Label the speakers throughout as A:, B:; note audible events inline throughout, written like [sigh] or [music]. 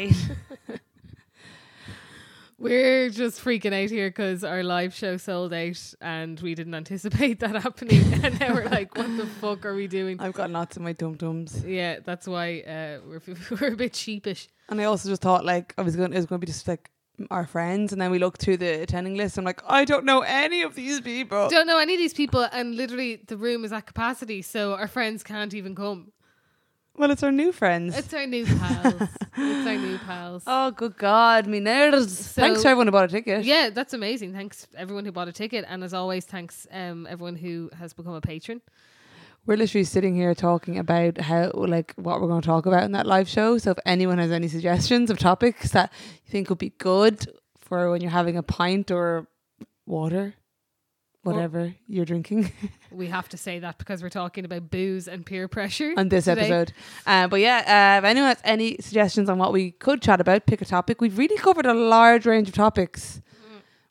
A: [laughs] We're just freaking out here because our live show sold out and we didn't anticipate that happening. [laughs] and now we're like, what the fuck are we doing?
B: I've got lots of my dum dums,
A: yeah, that's why uh, we're, [laughs] we're a bit sheepish.
B: and I also just thought like I was going. It was going to be just like our friends, and then we looked through the attending list. I'm like, I don't know any of these people.
A: Don't know any of these people, and literally the room is at capacity, so our friends can't even come.
B: well, it's our new friends.
A: It's our new pals. it's our new pals.
B: oh, good God, me nerves! Thanks
A: So-
B: to everyone who bought a ticket.
A: Yeah, that's amazing. Thanks everyone who bought a ticket, and as always, thanks um, everyone who has become a patron.
B: We're literally sitting here talking about how, like, what we're going to talk about in that live show. So, if anyone has any suggestions of topics that you think would be good for when you're having a pint or water, whatever you're drinking [laughs]
A: We have to say that because we're talking about booze and peer pressure
B: on this
A: today.
B: episode. Uh, but yeah, uh, if anyone has any suggestions on what we could chat about, pick a topic. We've really covered a large range of topics.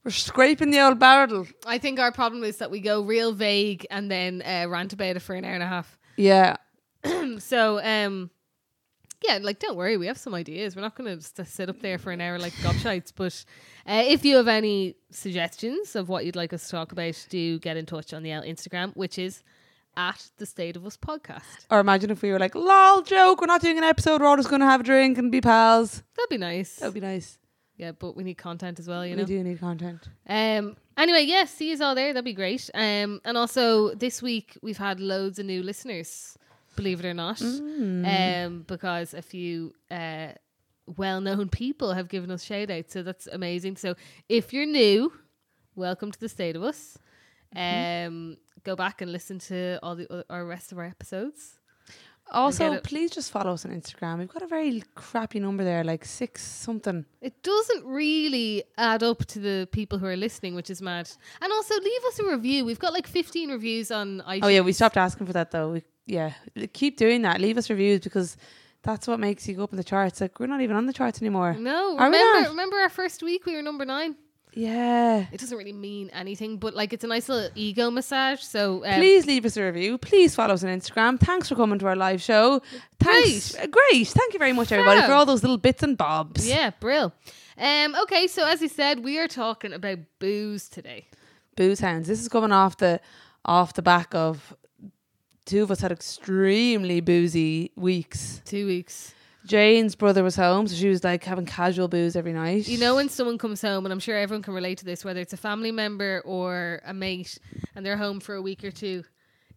B: We're scraping the old barrel.
A: I think our problem is that we go real vague and then uh, rant about it for an hour and a half.
B: Yeah.
A: So, um, yeah, like don't worry, we have some ideas. We're not going to st- sit up there for an hour like gobshites. But uh, if you have any suggestions of what you'd like us to talk about, do get in touch on the L Instagram, which is at the State of Us podcast.
B: Or imagine if we were like, lol, joke, we're not doing an episode, we're all just going to have a drink and be pals.
A: That'd be nice.
B: That would be nice.
A: Yeah, but we need content as well, you
B: we
A: know.
B: do need content.
A: Um. Anyway, yeah, see us all there. That'd be great. Um. And also this week we've had loads of new listeners. Believe it or not, um, because a few uh, well-known people have given us shout outs, so that's amazing. So if you're new, welcome to the state of us. Um, go back and listen to all the o- our rest of our episodes. get
B: Also,
A: it.
B: please just follow us on Instagram. We've got a very crappy number there, like six something.
A: It doesn't really add up to the people who are listening, which is mad. And also leave us a review. We've got like 15 reviews on iTunes.
B: Oh yeah, we stopped asking for that though. We, yeah, keep doing that. Leave us reviews because that's what makes you go up in the charts. Like we're not even on the charts anymore.
A: [laughs] No,
B: Are we
A: remember
B: not?
A: remember our first week we were number nine.
B: Yeah.
A: It doesn't really mean anything, but like it's a nice little ego massage. So um,
B: Please leave us a review. Please follow us on Instagram. Thanks for coming to our live show. Thanks. Uh, Great. Thank you very much, everybody,
A: Fab.
B: for all those little bits and bobs.
A: yeah, brill. Um, okay, so as I said, we are talking about booze today.
B: Booze hounds. This is coming off the off the back of two of us had extremely boozy weeks.
A: Two weeks.
B: Jane's brother was home, so she was like having casual booze every night.
A: You know, when someone comes home, and I'm sure everyone can relate to this, whether it's a family member or a mate, and they're home for a week or two,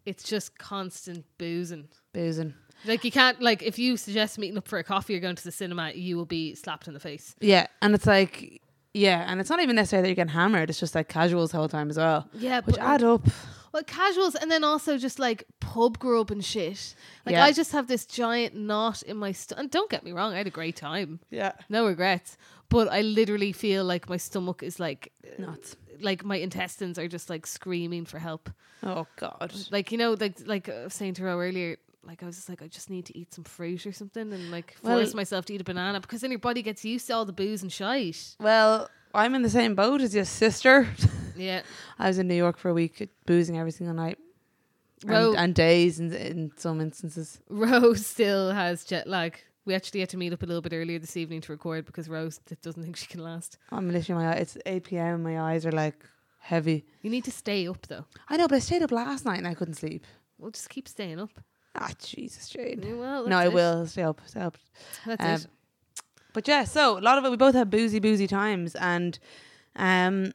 A: it's just constant boozing.
B: boozing.
A: Like you can't like if you suggest meeting up for a coffee or going to the cinema, you will be slapped in the face.
B: Yeah, and it's like, yeah, and it's not even necessarily that you're getting hammered. It's just like casuals the whole time as well,
A: Yeah,
B: which add
A: um,
B: up.
A: Well, casuals and then also just like pub grub and shit. Like
B: Yeah.
A: I just have this giant knot in my stomach. And don't get me wrong, I had a great time.
B: Yeah,
A: No regrets. But I literally feel like my stomach is like
B: nuts.
A: like my intestines are just like screaming for help.
B: Oh god.
A: Like you know like like I was saying to Ro earlier like I was just like I just need to eat some fruit or something and like
B: Well-
A: force myself to eat a banana because then your body gets used to all the booze and shite.
B: Well, I'm in the same boat as your sister. [laughs]
A: Yeah.
B: I was in New York for a week, boozing every single night,
A: Well-
B: and, and days in, in some instances.
A: Rose [laughs] still has jet lag. We actually had to meet up a little bit earlier this evening to record because Rose th- doesn't think she can last.
B: I'm literally my it's 8 p.m. My eyes are like heavy.
A: You need to stay up though.
B: I know, but I stayed up last night and I couldn't sleep.
A: We'll just keep staying up.
B: Ah, Jesus, Jane.
A: Yeah, Well,
B: No,
A: that's
B: I
A: it.
B: will stay up. Stay up.
A: That's
B: Um,
A: it.
B: But yeah, so a lot of it, we both had boozy, boozy times, and um,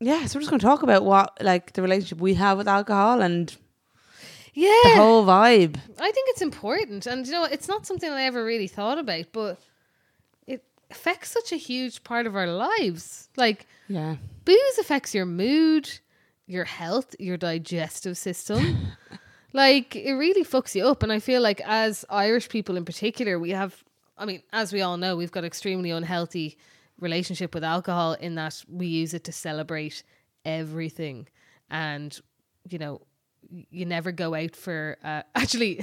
B: yeah, so we're just going to talk about what like the relationship we have with alcohol and the
A: Yeah,
B: whole vibe.
A: I think it's important, and you know, what? it's not something I ever really thought about, but it affects such a huge part of our lives. Like
B: Yeah,
A: booze affects your mood, your health, your digestive system. like it really fucks you up. And I feel like as Irish people in particular, we have I mean, as we all know, we've got extremely unhealthy relationship with alcohol in that we use it to celebrate everything. And, you know, you never go out for uh, [laughs] actually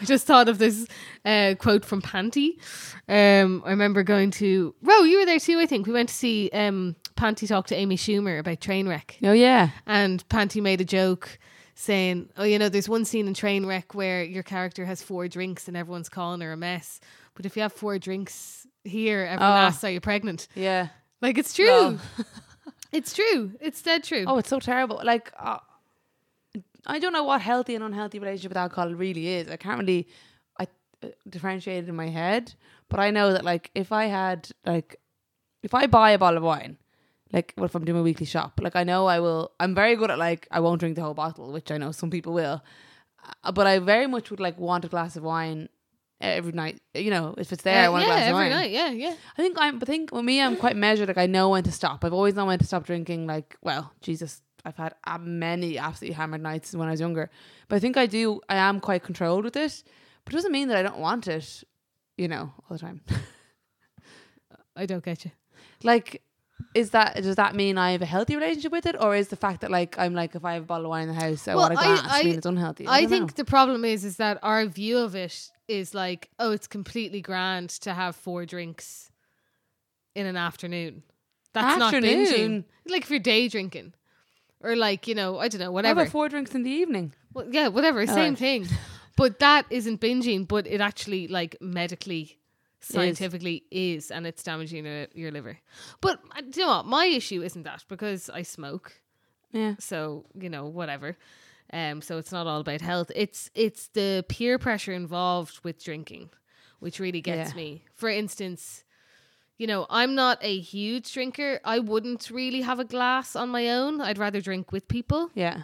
A: i just thought of this uh, quote from panty um, i remember going to ro you were there too i think we went to see um, panty talk to amy schumer about train wreck
B: oh yeah,
A: and Panty made a joke saying, "Oh, you know, there's one scene in Trainwreck where your character has four drinks and everyone's calling her a mess, but if you have four drinks here, everyone
B: Oh.
A: asks, are you pregnant?"
B: yeah.
A: Like it's true.
B: Love.
A: [laughs] It's true. It's dead true.
B: Oh, it's so terrible. Like, uh, I don't know what healthy and unhealthy relationship with alcohol really is. I can't really, I uh, differentiate it in my head, but I know that like if I had like, if I buy a bottle of wine, like what if I'm doing my weekly shop, like I know I will. I'm very good at like I won't drink the whole bottle, which I know some people will, uh, but I very much would like want a glass of wine every night. You know, if it's there, I
A: Uh,
B: want
A: yeah,
B: a glass of
A: every
B: wine.
A: night. Yeah, yeah.
B: I think I'm. I think with me, I'm quite measured. Like I know when to stop. I've always known when to stop drinking. Like, well, Jesus, I've had uh, many absolutely hammered nights when I was younger. But I think I do. I am quite controlled with it. But it doesn't mean that I don't want it. You know, all the time. [laughs]
A: I don't get you.
B: like, is that does that mean I have a healthy relationship with it, or is the fact that like I'm like if I have a bottle of wine in the house, I
A: Well,
B: want a
A: I-
B: glass,
A: I-
B: mean it's unhealthy.
A: I,
B: don't
A: think
B: know.
A: the problem is is that our view of it is like, oh, it's completely grand to have four drinks in an afternoon. That's not binging.
B: Afternoon?
A: Like if you're day drinking. Or like, you know, I don't know,
B: I
A: whatever.
B: have four drinks in the evening.
A: Well, yeah, whatever, same
B: right. [laughs]
A: thing. But that isn't binging, but it actually like medically scientifically is, and it's damaging your, your liver. But uh, do you know what? My issue isn't that because I smoke
B: Yeah.
A: so you know whatever um so it's not all about health it's it's the peer pressure involved with drinking which really gets
B: Yeah.
A: me for instance you know i'm not a huge drinker i wouldn't really have a glass on my own i'd rather drink with people
B: Yeah.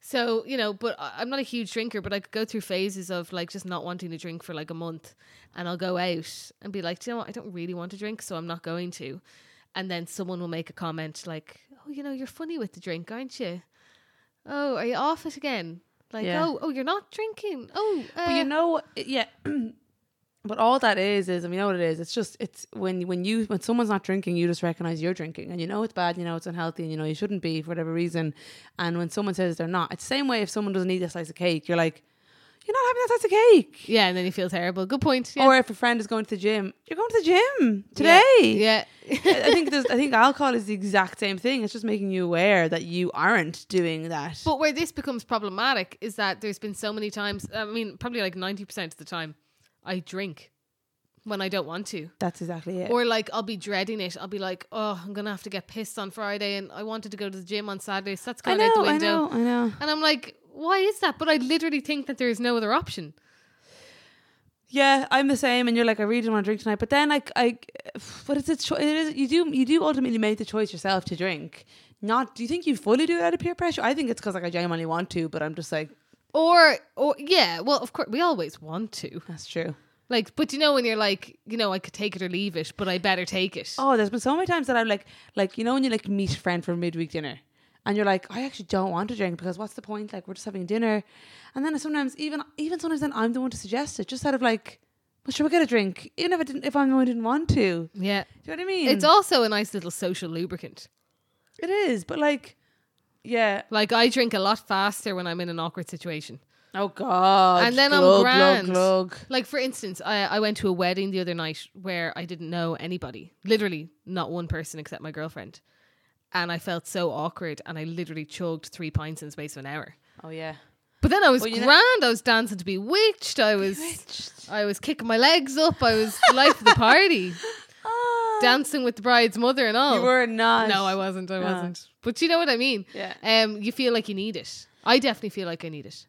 A: so you know but I- i'm not a huge drinker but i could go through phases of like just not wanting to drink for like a month and i'll go out and be like Do you know what i don't really want to drink so i'm not going to and then someone will make a comment like oh you know you're funny with the drink aren't you oh are you off it again like
B: Yeah.
A: oh oh you're not drinking oh uh,
B: But you know, what- yeah. [clears throat] but all that is is, I mean, you know what it is? It's just it's when when you when someone's not drinking, you just recognize you're drinking, and you know it's bad, you know it's unhealthy, and you know you shouldn't be for whatever reason. And when someone says they're not, it's the same way if someone doesn't eat a slice of cake, you're like, you're not having that slice of cake.
A: yeah and then you feel terrible good point yeah.
B: Or if a friend is going to the gym, you're going to the gym
A: Yeah.
B: today.
A: yeah,
B: [laughs]
A: [laughs]
B: I think there's, I think alcohol is the exact same thing. It's just making you aware that you aren't doing that.
A: But where this becomes problematic is that there's been so many times, I mean, probably like 90% of the time, I drink when I don't want to.
B: That's exactly it.
A: Or like I'll be dreading it. I'll be like, oh, I'm going to have to get pissed on Friday and I wanted to go to the gym on Saturday. So that's
B: I
A: gone out the
B: know, I
A: window.
B: know, I know.
A: And I'm like, why is that? But I literally think that there is no other option.
B: yeah, I'm the same. And you're like, I really don't want to drink tonight. But then, like, I, but it's a choice. It is you do you do ultimately make the choice yourself to drink. Not do you think you fully do it out of peer pressure? I think it's because like I genuinely want to, but I'm just like
A: Or, or yeah, well, of course, we always want to.
B: that's true.
A: Like, but you know, when you're like, you know, I could take it or leave it, but I better take it.
B: Oh, there's been so many times that I'm like, like you know when you like meet a friend for midweek dinner, and you're like, I actually don't want to drink because what's the point? Like we're just having dinner, and then sometimes even even sometimes then I'm the one to suggest it, just out of like, well, sure we get a drink, even if I didn't if I'm the one who didn't want to. Do you
A: Yeah.
B: know what I mean?
A: It's also a nice little social lubricant.
B: it is, but like, yeah,
A: Like I drink a lot faster when I'm in an awkward situation.
B: Oh God!
A: And then I'm
B: Glug,
A: grand.
B: Glug, glug.
A: Like for instance, I, I went to a wedding the other night where I didn't know anybody. Literally not one person except my girlfriend. And I felt so awkward and I literally chugged three pints in the space of an hour.
B: Oh yeah.
A: But then I was
B: Well, you
A: grand,
B: know-
A: I was dancing to Bewitched, I was I was kicking my legs up, I was the life of the party.
B: [laughs]
A: Dancing with the bride's mother and all.
B: You were not.
A: no, I wasn't, I wasn't. But you know what I mean?
B: Yeah.
A: Um you feel like you need it. I definitely feel like I need it.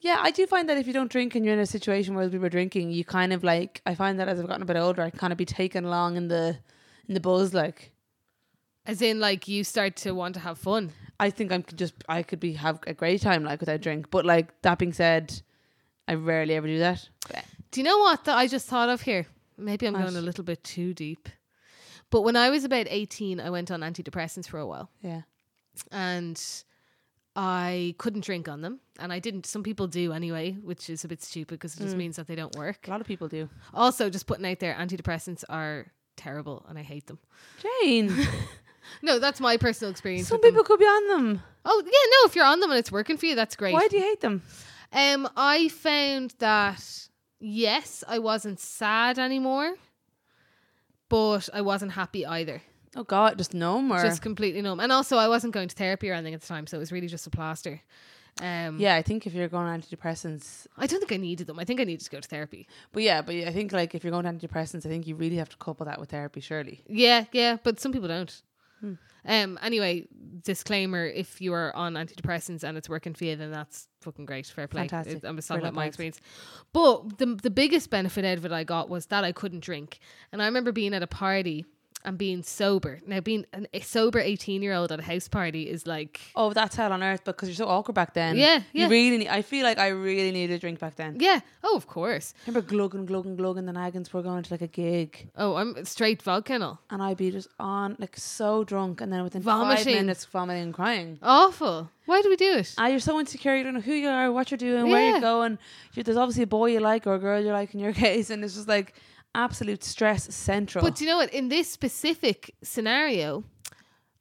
B: Yeah, I do find that if you don't drink and you're in a situation where people are drinking, you kind of like. I find that as I've gotten a bit older, I kind of be taken along in the, in the buzz. Like,
A: As in, like you start to want to have fun.
B: I think I'm could just. I could be have a great time like without drink. But like that being said, I rarely ever do that.
A: Do you know what that I just thought of here? Maybe I'm
B: What?
A: going a little bit too deep. But when I was about 18, I went on antidepressants for a while
B: Yeah.
A: and I couldn't drink on them. And I didn't. Some people do anyway, which is a bit stupid because it just
B: Mm.
A: means that they don't work.
B: A lot of people do.
A: Also, just putting out there, antidepressants are terrible and I hate them.
B: [laughs] Jane,
A: No, that's my personal experience.
B: some
A: with them.
B: people could be on them.
A: Oh, yeah, no, if you're on them and it's working for you, that's great.
B: Why do you hate them?
A: Um, I found that yes, I wasn't sad anymore, but I wasn't happy either.
B: Oh God, just numb or
A: Just completely numb, and also I wasn't going to therapy or anything at the time, so it was really just a plaster. Um,
B: Yeah, I think if you're going on antidepressants,
A: I don't think I needed them. I think I needed to go to therapy.
B: but yeah, but I think like if you're going on antidepressants, I think you really have to couple that with therapy, surely.
A: Yeah, yeah, but some people don't.
B: Hmm.
A: Um. Anyway, disclaimer: if you are on antidepressants and it's working for you, then that's fucking great. Fair play.
B: Fantastic.
A: It- I'm just
B: Fair
A: talking about
B: play,
A: my
B: lads.
A: experience. But the the biggest benefit out of it I got was that I couldn't drink, and I remember being at a party and being sober. Now, being an, a sober 18 year old at a house party is like.
B: Oh, that's hell on earth because you're so awkward back then.
A: Yeah, yeah.
B: You really need, I feel like I really needed a drink back then.
A: Yeah. Oh, of course.
B: I remember Glug and Glug and the Naggins were going to like a gig
A: Oh, I'm straight vodka kennel.
B: and I'd be just on like so drunk and then within five
A: Vomiting.
B: minutes vomiting and crying.
A: Awful. Why do we do it?
B: Ah, you're so insecure. You don't know who you are, what you're doing, where
A: Yeah.
B: you're going. you there's obviously a boy you like or a girl you like in your [laughs] case, and it's just like absolute stress central.
A: But do you know what? In this specific scenario,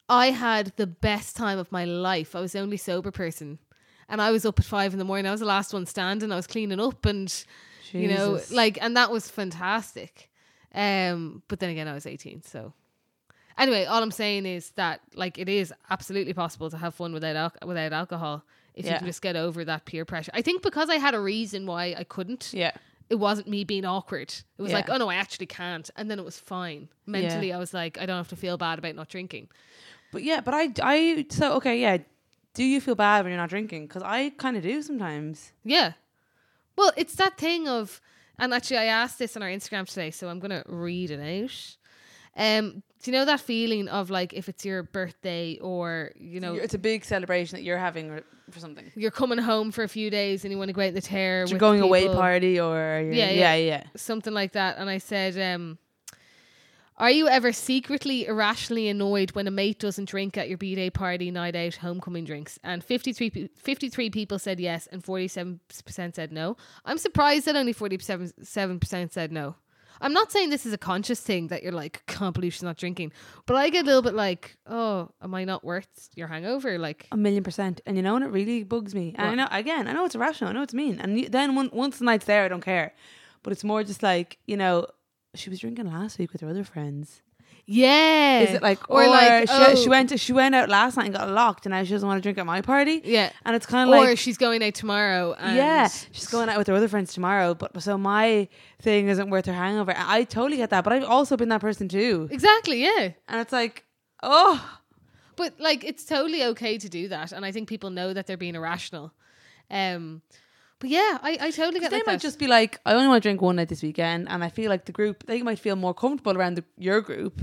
A: I had the best time of my life. I was the only sober person. And I was up at five in the morning. I was the last one standing. I was cleaning up and, you know,
B: Jesus.
A: like, and that was fantastic. Um, but then again, I was 18. So, anyway, all I'm saying is that, like, it is absolutely possible to have fun without, al- without alcohol if you
B: Yeah.
A: can just get over that peer pressure. I think because I had a reason why I couldn't
B: yeah,
A: it wasn't me being awkward. It was like,
B: Yeah.
A: oh no, I actually can't. And then it was fine. Mentally, I was like, I don't have to feel bad about not drinking.
B: but yeah, but I, I, so okay, yeah. Do you feel bad when you're not drinking? Because I kind of do sometimes.
A: Yeah. Well, it's that thing of, and actually, I asked this on our Instagram today, so I'm going to read it out. Um, do you know that feeling of like if it's your birthday or, you know,
B: It's a big celebration that you're having or- for something.
A: you're coming home for a few days and you want to go out in the tear?
B: It's
A: with
B: your going away
A: people?
B: party or you're,
A: Yeah,
B: yeah,
A: yeah.
B: yeah, yeah,
A: something like that and i said um are you ever secretly irrationally annoyed when a mate doesn't drink at your b-day party night out homecoming drinks and 53, pe- 53 people said yes and 47% said no i'm surprised that only 47% said no i'm not saying this is a conscious thing that you're like [laughs] can't believe she's not drinking but i get a little bit like oh am i not worth your hangover like
B: A million percent. And you know, and it really bugs me. And I know, again, I know it's irrational. I know it's mean. And you, then one, once the night's there, I don't care. But it's more just like you know, she was drinking last week with her other friends.
A: yeah oh,"
B: Is it like or, like she, she went to, she went out last night and got locked, and now she doesn't want to drink at my party.
A: yeah
B: and it's kind of
A: or
B: like
A: she's going out tomorrow and
B: yeah, she's going out with her other friends tomorrow. But so my thing isn't worth her hangover. I I totally get that, but I've also been that person too.
A: exactly yeah
B: And it's like, oh,
A: But like it's totally okay to do that and I think people know that they're being irrational. Um but yeah, I, I totally get
B: they
A: like
B: might
A: that.
B: just be like, I only want to drink one night this weekend, and I feel like the group they might feel more comfortable around the, your group.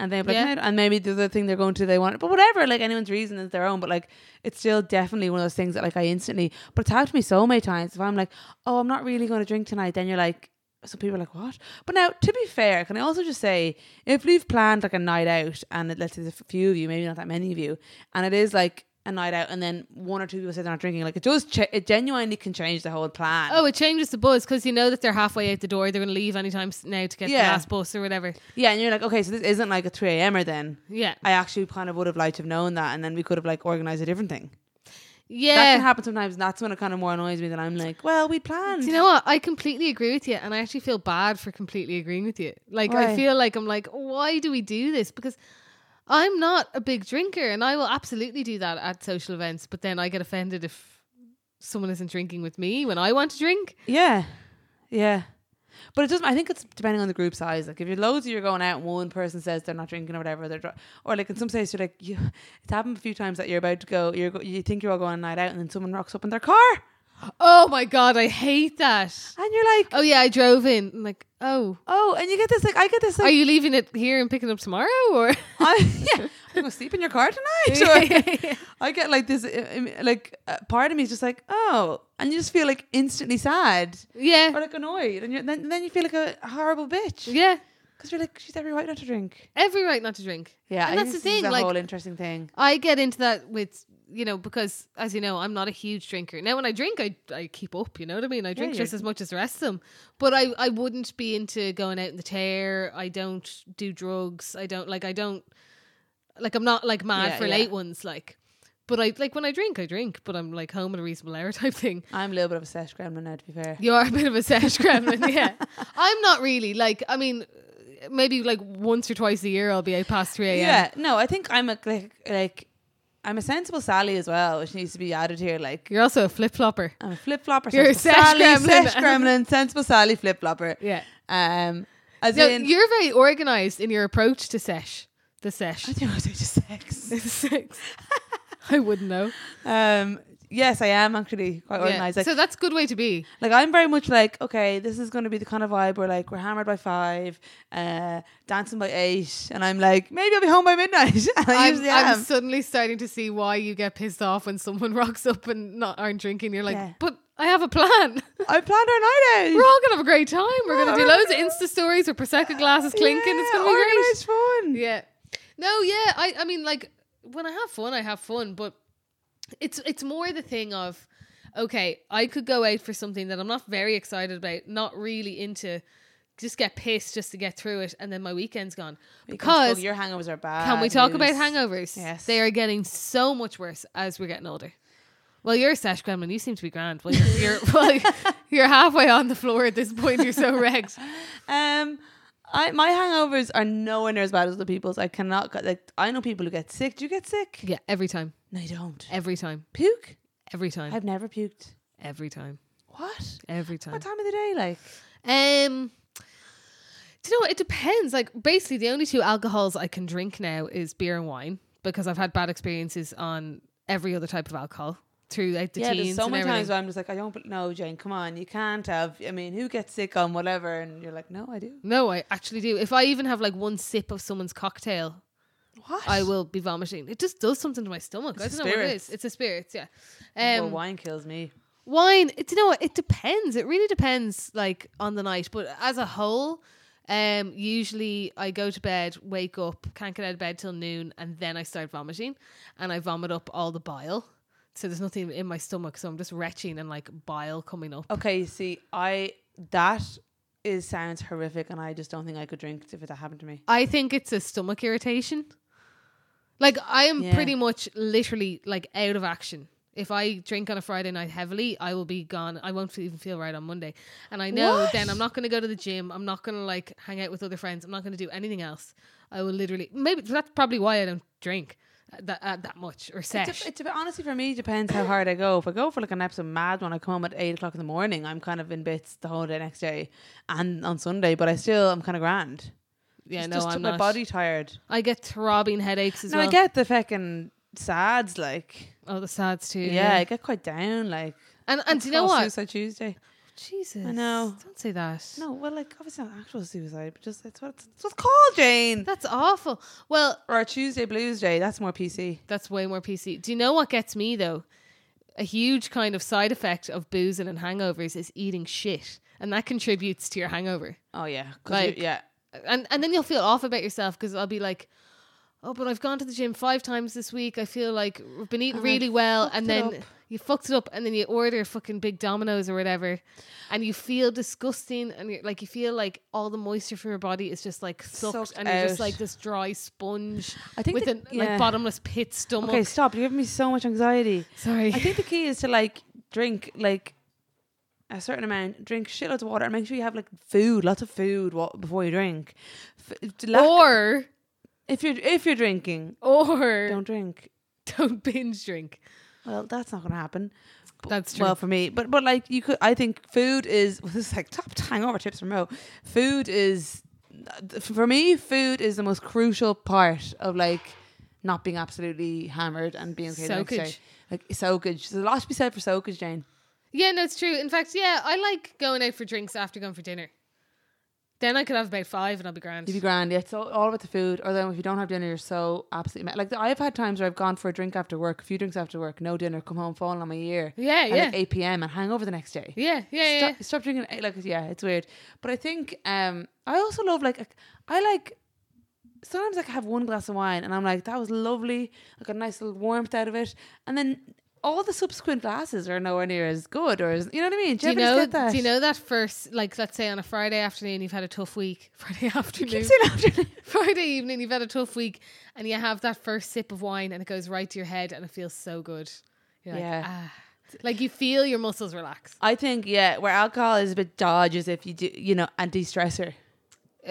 B: And they like,
A: Yeah.
B: "No," and maybe the other thing they're going to they want, but whatever. Like anyone's reason is their own, but like it's still definitely one of those things that like I instantly. But it's happened to me so many times. If I'm like, oh, I'm not really going to drink tonight, then you're like, some people are like, what? But now, to be fair, can I also just say, if we've planned like a night out, and it, let's say there's a few of you, maybe not that many of you, and it is like a night out, and then one or two people say they're not drinking, like it does, ch- it genuinely can change the whole plan.
A: Oh, it changes the buzz because you know that they're halfway out the door. They're going to leave anytime s- now to get the
B: Yeah.
A: last bus or whatever.
B: Yeah, and you're like, okay, so this isn't like a 3 a.m.er then.
A: Yeah,
B: I actually kind of would have liked to have known that, and then we could have like organized a different thing. That
A: yeah.
B: can happen sometimes, and that's when it kind of more annoys me that I'm like, well, we planned.
A: Do you know what? I completely agree with you, and I actually feel bad for completely agreeing with you. Like I
B: Why?
A: feel like I'm like, why do we do this? Because I'm not a big drinker, and I will absolutely do that at social events. But then I get offended if someone isn't drinking with me when I want to drink.
B: yeah, yeah. But it doesn't. I think it's depending on the group size. Like if you're loads, of you're going out, and one person says they're not drinking or whatever, they're dr- or like in some places you're like, you, it's happened a few times that you're about to go, you're go, you think you're all going on a night out, and then someone rocks up in their car,
A: Oh my god, I hate that.
B: and you're like,
A: Oh yeah, I drove in. I'm like, oh,
B: oh, and you get this like, I get this
A: are
B: like,
A: you leaving it here and picking up tomorrow or?
B: [laughs]
A: [laughs]
B: I, yeah, I'm gonna sleep in your car tonight. Or, I get like this, uh, um, like uh, part of me is just like, oh, and you just feel like instantly sad or
A: yeah,
B: like annoyed, and you're, then then you feel like a horrible bitch
A: yeah.
B: because you're like, she's every right not to drink.
A: Every right not to drink.
B: Yeah,
A: And
B: I
A: that's
B: think
A: the
B: this is
A: thing,
B: a
A: like-
B: whole interesting thing.
A: I get into that with you know because as you know I'm not a huge drinker. Now when I drink I I keep up, you know what I mean? I drink
B: you're-
A: just as much as the rest of them. But I I wouldn't be into going out in the tear. I don't do drugs. I don't like I don't like I'm not like mad
B: Yeah,
A: for
B: yeah.
A: late ones like but I like when I drink I drink, but I'm like home at a reasonable hour [laughs] type thing.
B: I'm a little bit of a sesh gremlin now, to be fair.
A: You are a bit of a sesh gremlin, yeah. [laughs] I'm not really like I mean maybe like once or twice a year I'll be out past 3 a.m.
B: Yeah, no, I think I'm a like like I'm a sensible Sally as well, which needs to be added here. Like
A: You're also a flip flopper.
B: I'm a flip flopper.
A: You're a sesh
B: Sally,
A: gremlin.
B: sesh gremlin, sensible Sally, flip flopper.
A: Yeah.
B: Um, as
A: No,
B: in,
A: you're very organized in your approach to sesh. The sesh.
B: [laughs] I don't know what to sex.
A: Sex. [laughs] I wouldn't know.
B: Um, yes, I am actually quite
A: Yeah.
B: organized. Like,
A: so that's a good way to be.
B: like I'm very much like, okay, this is going to be the kind of vibe where like we're hammered by five, uh, dancing by eight, and I'm like, maybe I'll be home by midnight. [laughs] And I
A: I'm,
B: usually
A: I'm
B: am.
A: suddenly starting to see why you get pissed off when someone [laughs] rocks up and not aren't drinking. You're like,
B: Yeah.
A: but I have a plan. [laughs]
B: I planned our night out.
A: We're all gonna have a great time. We're gonna do
B: Yeah.
A: loads of Insta stories with prosecco glasses clinking. it's gonna be great.
B: organized fun.
A: Yeah. No, yeah. I, I mean, like when I have fun, I have fun, but it's it's more the thing of okay, I could go out for something that I'm not very excited about, not really into, just get pissed just to get through it, and then my weekend's gone.
B: Because,
A: Because-
B: your hangovers are bad.
A: Can we talk about
B: news.
A: hangovers?
B: Yes.
A: They are getting so much worse as we're getting older. Well, you're a sesh gremlin. You seem to be grand. Well, you're you're, [laughs] well, you're halfway on the floor at this point. You're
B: [laughs]
A: so wrecked.
B: Um, I my hangovers are nowhere near as bad as other people's. I cannot get like I know people who get sick. Do you get sick?
A: Yeah, every time,
B: No, you don't.
A: every time,
B: Puke?
A: every time,
B: I've never puked.
A: every time,
B: What?
A: every time.
B: What time of the day? Like
A: Um, do you know what? It depends. Like, basically, the only two alcohols I can drink now is beer and wine because I've had bad experiences on every other type of alcohol throughout the
B: yeah,
A: teens.
B: there's so
A: and
B: many
A: everything.
B: times where I'm just like, I don't. bel- No, Jane, come on, you can't have. I mean, who gets sick on whatever? And you're like, no, I do.
A: No, I actually do. If I even have like one sip of someone's cocktail,
B: What?
A: I will be vomiting. It just does something to my stomach. I
B: It's
A: don't
B: a
A: know what it
B: spirits.
A: is. It's a spirits, yeah.
B: Well,
A: Um,
B: wine kills me.
A: wine it, you know what it depends it really depends like on the night but as a whole um usually i go to bed wake up can't get out of bed till noon and then i start vomiting and i vomit up all the bile so there's nothing in my stomach so i'm just retching and like bile coming up
B: Okay, you see, I that is sounds horrific, and I just don't think I could drink if that happened to me.
A: i think it's a stomach irritation like i am
B: Yeah.
A: pretty much literally like out of action if I drink on a Friday night heavily, I will be gone. I won't even feel right on Monday. And I know
B: What?
A: then I'm not going to go to the gym. I'm not going to like hang out with other friends. I'm not going to do anything else. I will literally maybe that's probably why I don't drink that uh, that much or
B: It,
A: sesh.
B: dep- it dep- honestly, for me, depends how hard I go. If I go for like an absolute mad one, I come home at eight o'clock in the morning. I'm kind of in bits the whole day next day and on Sunday, but I still I'm kind of grand.
A: yeah,
B: It's
A: no,
B: just
A: I'm
B: my
A: not.
B: body tired.
A: I get throbbing headaches as
B: No,
A: well.
B: I get the fucking sads, like
A: oh, the sads too.
B: yeah, I get quite down, like.
A: and and do you know
B: called
A: what?
B: Suicide Tuesday.
A: Jesus,
B: know.
A: Don't say that.
B: No, well, like obviously not actual suicide, but just it's what it's, it's what's called, Jane.
A: that's awful. Well,
B: Or Tuesday Blues Day. That's more PC.
A: That's way more PC. Do you know what gets me though? A huge kind of side effect of boozing and hangovers is eating shit, and that contributes to your hangover.
B: Oh yeah, 'cause
A: Like-
B: you, yeah.
A: And and then you'll feel off about yourself because I'll be like, oh, but I've gone to the gym five times this week. I feel like I've been eating
B: And I
A: really well,
B: fucked
A: and
B: it
A: then
B: up.
A: you fucked it up, and then you order fucking big Dominoes or whatever, and you feel disgusting, and you're like you feel like all the moisture from your body is just like sucked,
B: Sucked
A: and you're just
B: out.
A: like this dry sponge
B: I think
A: with
B: the-
A: a like
B: yeah.
A: bottomless pit stomach.
B: Okay, stop. You're giving me so much [laughs] anxiety.
A: Sorry.
B: I think the key is to like drink like a certain amount, drink shitloads of water, and make sure you have like food, lots of food wa- before you drink. F- to lack-
A: or
B: if you're if you're drinking,
A: or don't, [laughs]
B: don't drink.
A: binge drink.
B: Well, that's not going to happen. B-
A: That's true.
B: Well, for me, but but like you could, I think food is [laughs] well, this is like top hangover tips from Mo. Food is for me, food is the most crucial part of like not being absolutely hammered and being okay the next
A: Soakage.
B: day. Like soakage, there's a lot to be said for soakage, Jane.
A: Yeah, no, it's true. In fact, yeah, I like going out for drinks after going for dinner. Then I could have about five and I'll be grand.
B: You'd be grand. Yeah, it's all, all about the food. Or then if you don't have dinner, you're so absolutely mad. Like I've had times where I've gone for a drink after work, a few drinks after work, no dinner, come home, falling on my ear.
A: yeah,
B: at
A: yeah.
B: like 8 p.m. and hang over the next day.
A: yeah, yeah, yeah.
B: Stop, stop drinking. at eight, Like yeah, it's weird. But I think um I also love like I like sometimes like I have one glass of wine and I'm like that was lovely. I got a nice little warmth out of it, and then. All the subsequent glasses are nowhere near as good, or as, you know what I mean.
A: Do you
B: ever just
A: know?
B: get that?
A: Do you know that first, like, let's say on a Friday afternoon, you've had a tough week. [laughs] Friday afternoon, [laughs] Friday evening, you've had a tough week, and you have that first sip of wine, and it goes right to your head, and it feels so good. You're like,
B: Yeah.
A: ah. like you feel your muscles relax,
B: I think yeah, where alcohol is a bit dodge is if you do you know and de-stressor.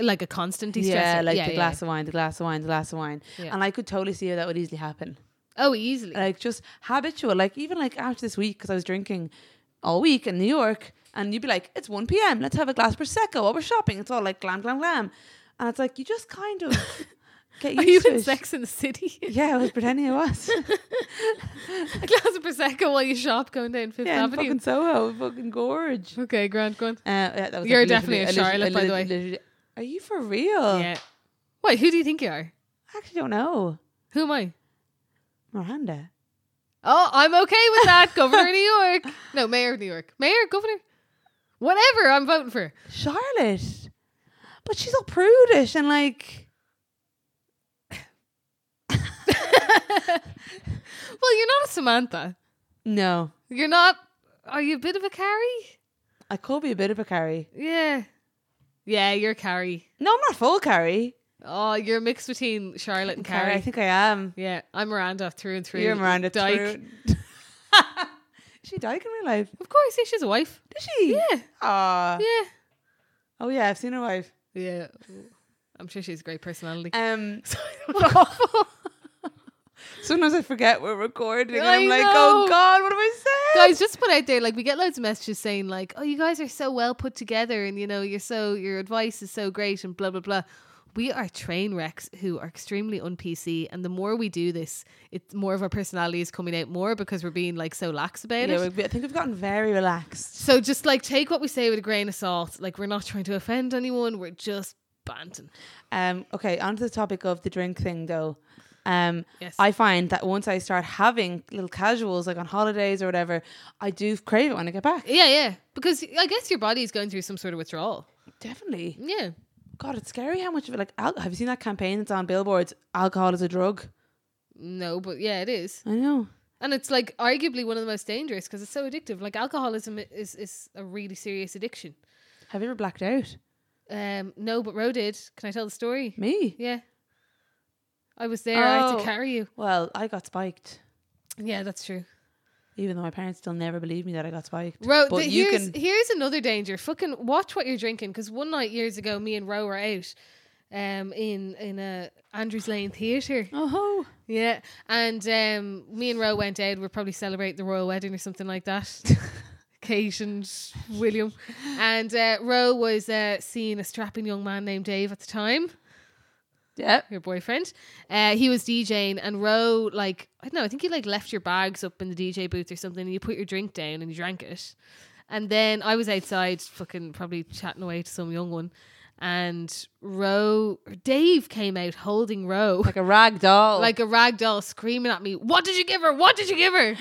A: like a constant de-stressor.
B: Yeah, like the
A: yeah.
B: glass of wine, the glass of wine, the glass of wine,
A: Yeah.
B: and I could totally see how that would easily happen.
A: Oh, easily.
B: like just habitual like even like after this week because i was drinking all week in new york and you'd be like it's 1 p.m let's have a glass prosecco while we're shopping it's all like glam glam glam and it's like you just
A: [laughs]
B: kind of get
A: Are you
B: used to
A: in
B: it
A: Sex in the City?
B: [laughs] yeah i was pretending i
A: [laughs]
B: was
A: a glass of prosecco while you shop going down Fifth
B: yeah in
A: Avenue.
B: fucking soho fucking gorge
A: Okay, Grant, go on.
B: uh, yeah, that was
A: You're
B: like
A: definitely
B: literally-
A: a
B: I literally-
A: Charlotte, by the way.
B: I literally- are you for real
A: Yeah. Wait, who do you think you are?
B: i actually don't know
A: Who am I?
B: miranda
A: Oh, I'm okay with [laughs] that. Governor of New York. No, Mayor of New York. Mayor, Governor. Whatever I'm voting [laughs] for.
B: Charlotte. But she's all prudish and like
A: Well, you're not a Samantha.
B: No.
A: You're not. Are you a bit of a Carrie?
B: I could be a bit of a carry.
A: Yeah. Yeah, you're Carrie.
B: No, I'm not full carry.
A: Oh, you're a mix between Charlotte and Carrie.
B: Carry, I think I am.
A: yeah, I'm Miranda through and through.
B: You're Miranda
A: Dyke.
B: Dyke. Is [laughs] she Dyke in real life?
A: Of course, yeah, she's a wife.
B: Is she?
A: Yeah,
B: Aw.
A: yeah.
B: Oh yeah, I've seen her wife.
A: Yeah. I'm sure she's a great [laughs] personality.
B: Um
A: [laughs] Awful.
B: sometimes I forget we're recording and
A: I
B: I'm like,
A: know.
B: oh god, what have I said?
A: guys, just put out there, like we get loads of messages saying like, Oh, you guys are so well put together and you know, you're so your advice is so great and blah blah blah. We are train wrecks who are extremely un PC and the more we do this, it's more of our personality is coming out more because we're being like so lax about
B: yeah,
A: it.
B: we've been- I think we've gotten very relaxed.
A: So just like take what we say with a grain of salt. Like we're not trying to offend anyone, we're just banting.
B: Um okay, on to the topic of the drink thing though. Um
A: Yes.
B: I find that once I start having little casuals like on holidays or whatever, I do crave it when I get back.
A: yeah, yeah. Because I guess your body is going through some sort of withdrawal.
B: Definitely.
A: Yeah.
B: God, it's scary how much of it like al- have you seen that campaign that's on billboards? Alcohol is a drug.
A: No, but yeah, it is.
B: I know.
A: And it's like arguably one of the most dangerous because it's so addictive. Like alcoholism i- is is a really serious addiction.
B: Have you ever blacked out?
A: Um, no, but Ro did. Can I tell the story?
B: Me?
A: Yeah, I was there. I had to
B: Oh.
A: carry you.
B: Well, I got spiked.
A: Yeah, that's true.
B: Even though my parents still never believe me that I got spiked.
A: Ro,
B: But
A: th-
B: you
A: here's
B: can-
A: here's another danger. Fucking watch what you're drinking because one night years ago, me and Ro were out, um, in in a Andrews Lane theatre.
B: Oh.
A: Yeah, and um, me and Ro went out. We're probably celebrating the royal wedding or something like that. Kate and William, and uh, Ro was uh, seeing a strapping young man named Dave at the time.
B: Yep.
A: Your boyfriend, uh, he was DJing, and Ro like I don't know. I think he like left your bags up in the DJ booth or something, and you put your drink down and you drank it. And then I was outside, fucking probably chatting away to some young one, and Ro Dave came out holding Ro
B: Like a rag doll.
A: like a rag doll screaming at me, What did you give her? What did you [laughs] give her? And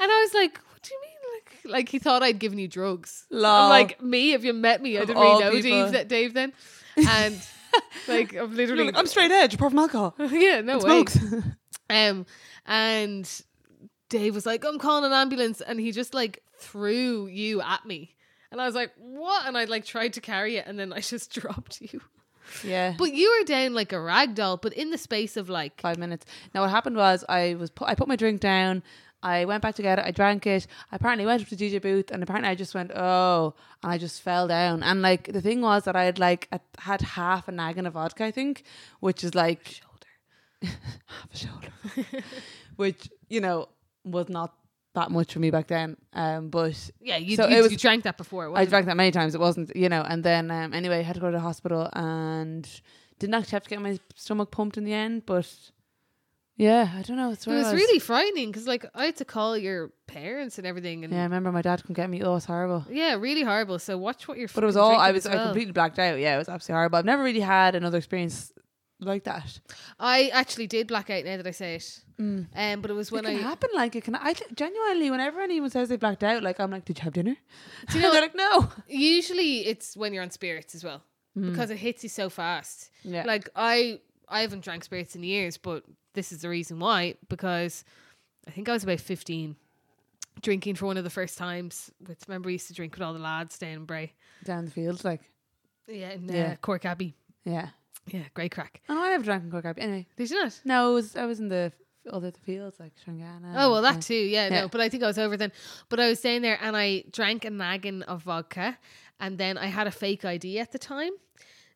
A: I was like, What do you mean? Like, like he thought I'd given you drugs. I'm
B: Lol.
A: like, me, if you met me, I
B: Of
A: didn't really
B: all
A: know
B: people.
A: Dave, that Dave [laughs] then. And like I'm
B: You're
A: literally
B: like, I'm straight edge, apart from alcohol.
A: [laughs] Yeah, no way.
B: Smokes.
A: [laughs] Um and Dave was like, I'm calling an ambulance and he just like threw you at me. And I was like, What? And I like tried to carry it and then I [laughs] just dropped you.
B: yeah. [laughs]
A: But you were down like a rag doll, but in the space of like
B: five minutes. Now what happened was I was pu- I put my drink down. I went back to get it. I drank it. I apparently went up to DJ booth, and apparently I just went oh, and I just fell down. And like the thing was that I had like a, had half a nagging of vodka, I think, which is like shoulder, [laughs] half a shoulder, [laughs] which you know was not that much for me back then. Um, but
A: Yeah, you,
B: So
A: you,
B: it was-
A: you drank that before.
B: I
A: wasn't
B: drank that many times. It wasn't, you know. And then um, anyway, I had to go to the hospital and didn't actually have to get my stomach pumped in the end. But yeah, I don't know. It's
A: it? It was really frightening because, like, I had to call your parents and everything, and
B: Yeah, I
A: yeah,
B: remember my dad couldn't get me. Oh, it's horrible.
A: really horrible. So watch what you're.
B: But it was all I was. I completely blacked out. Yeah, it was absolutely horrible. I've never really had another experience like that.
A: I actually did black out now that I say it. Um, but it was
B: When
A: when
B: Mm. it can
A: I.
B: happen, like it can. I th- genuinely, whenever anyone says they blacked out, like I'm like, did you
A: [laughs]
B: have dinner?
A: Do you know
B: They're
A: what?
B: like, no.
A: Usually, it's when you're on spirits as well because it hits you so fast.
B: Mm. Yeah.
A: Like I, I haven't drank spirits in years, but this is the reason why because I think I was about fifteen, drinking for one of the first times. With remember we used to drink with all the lads down in Bray.
B: down the field, like
A: Yeah, in uh,
B: Yeah.
A: Cork Abbey.
B: yeah.
A: Yeah, great crack.
B: And I never drank in Cork Abbey. Anyway,
A: Did you not?
B: no, I was I was in the other the fields like Shangana.
A: Oh well, that too. Yeah,
B: Um, Yeah.
A: no, but I think I was over then. But I was staying there, and I drank a naggin of vodka, and then I had a fake ID at the time.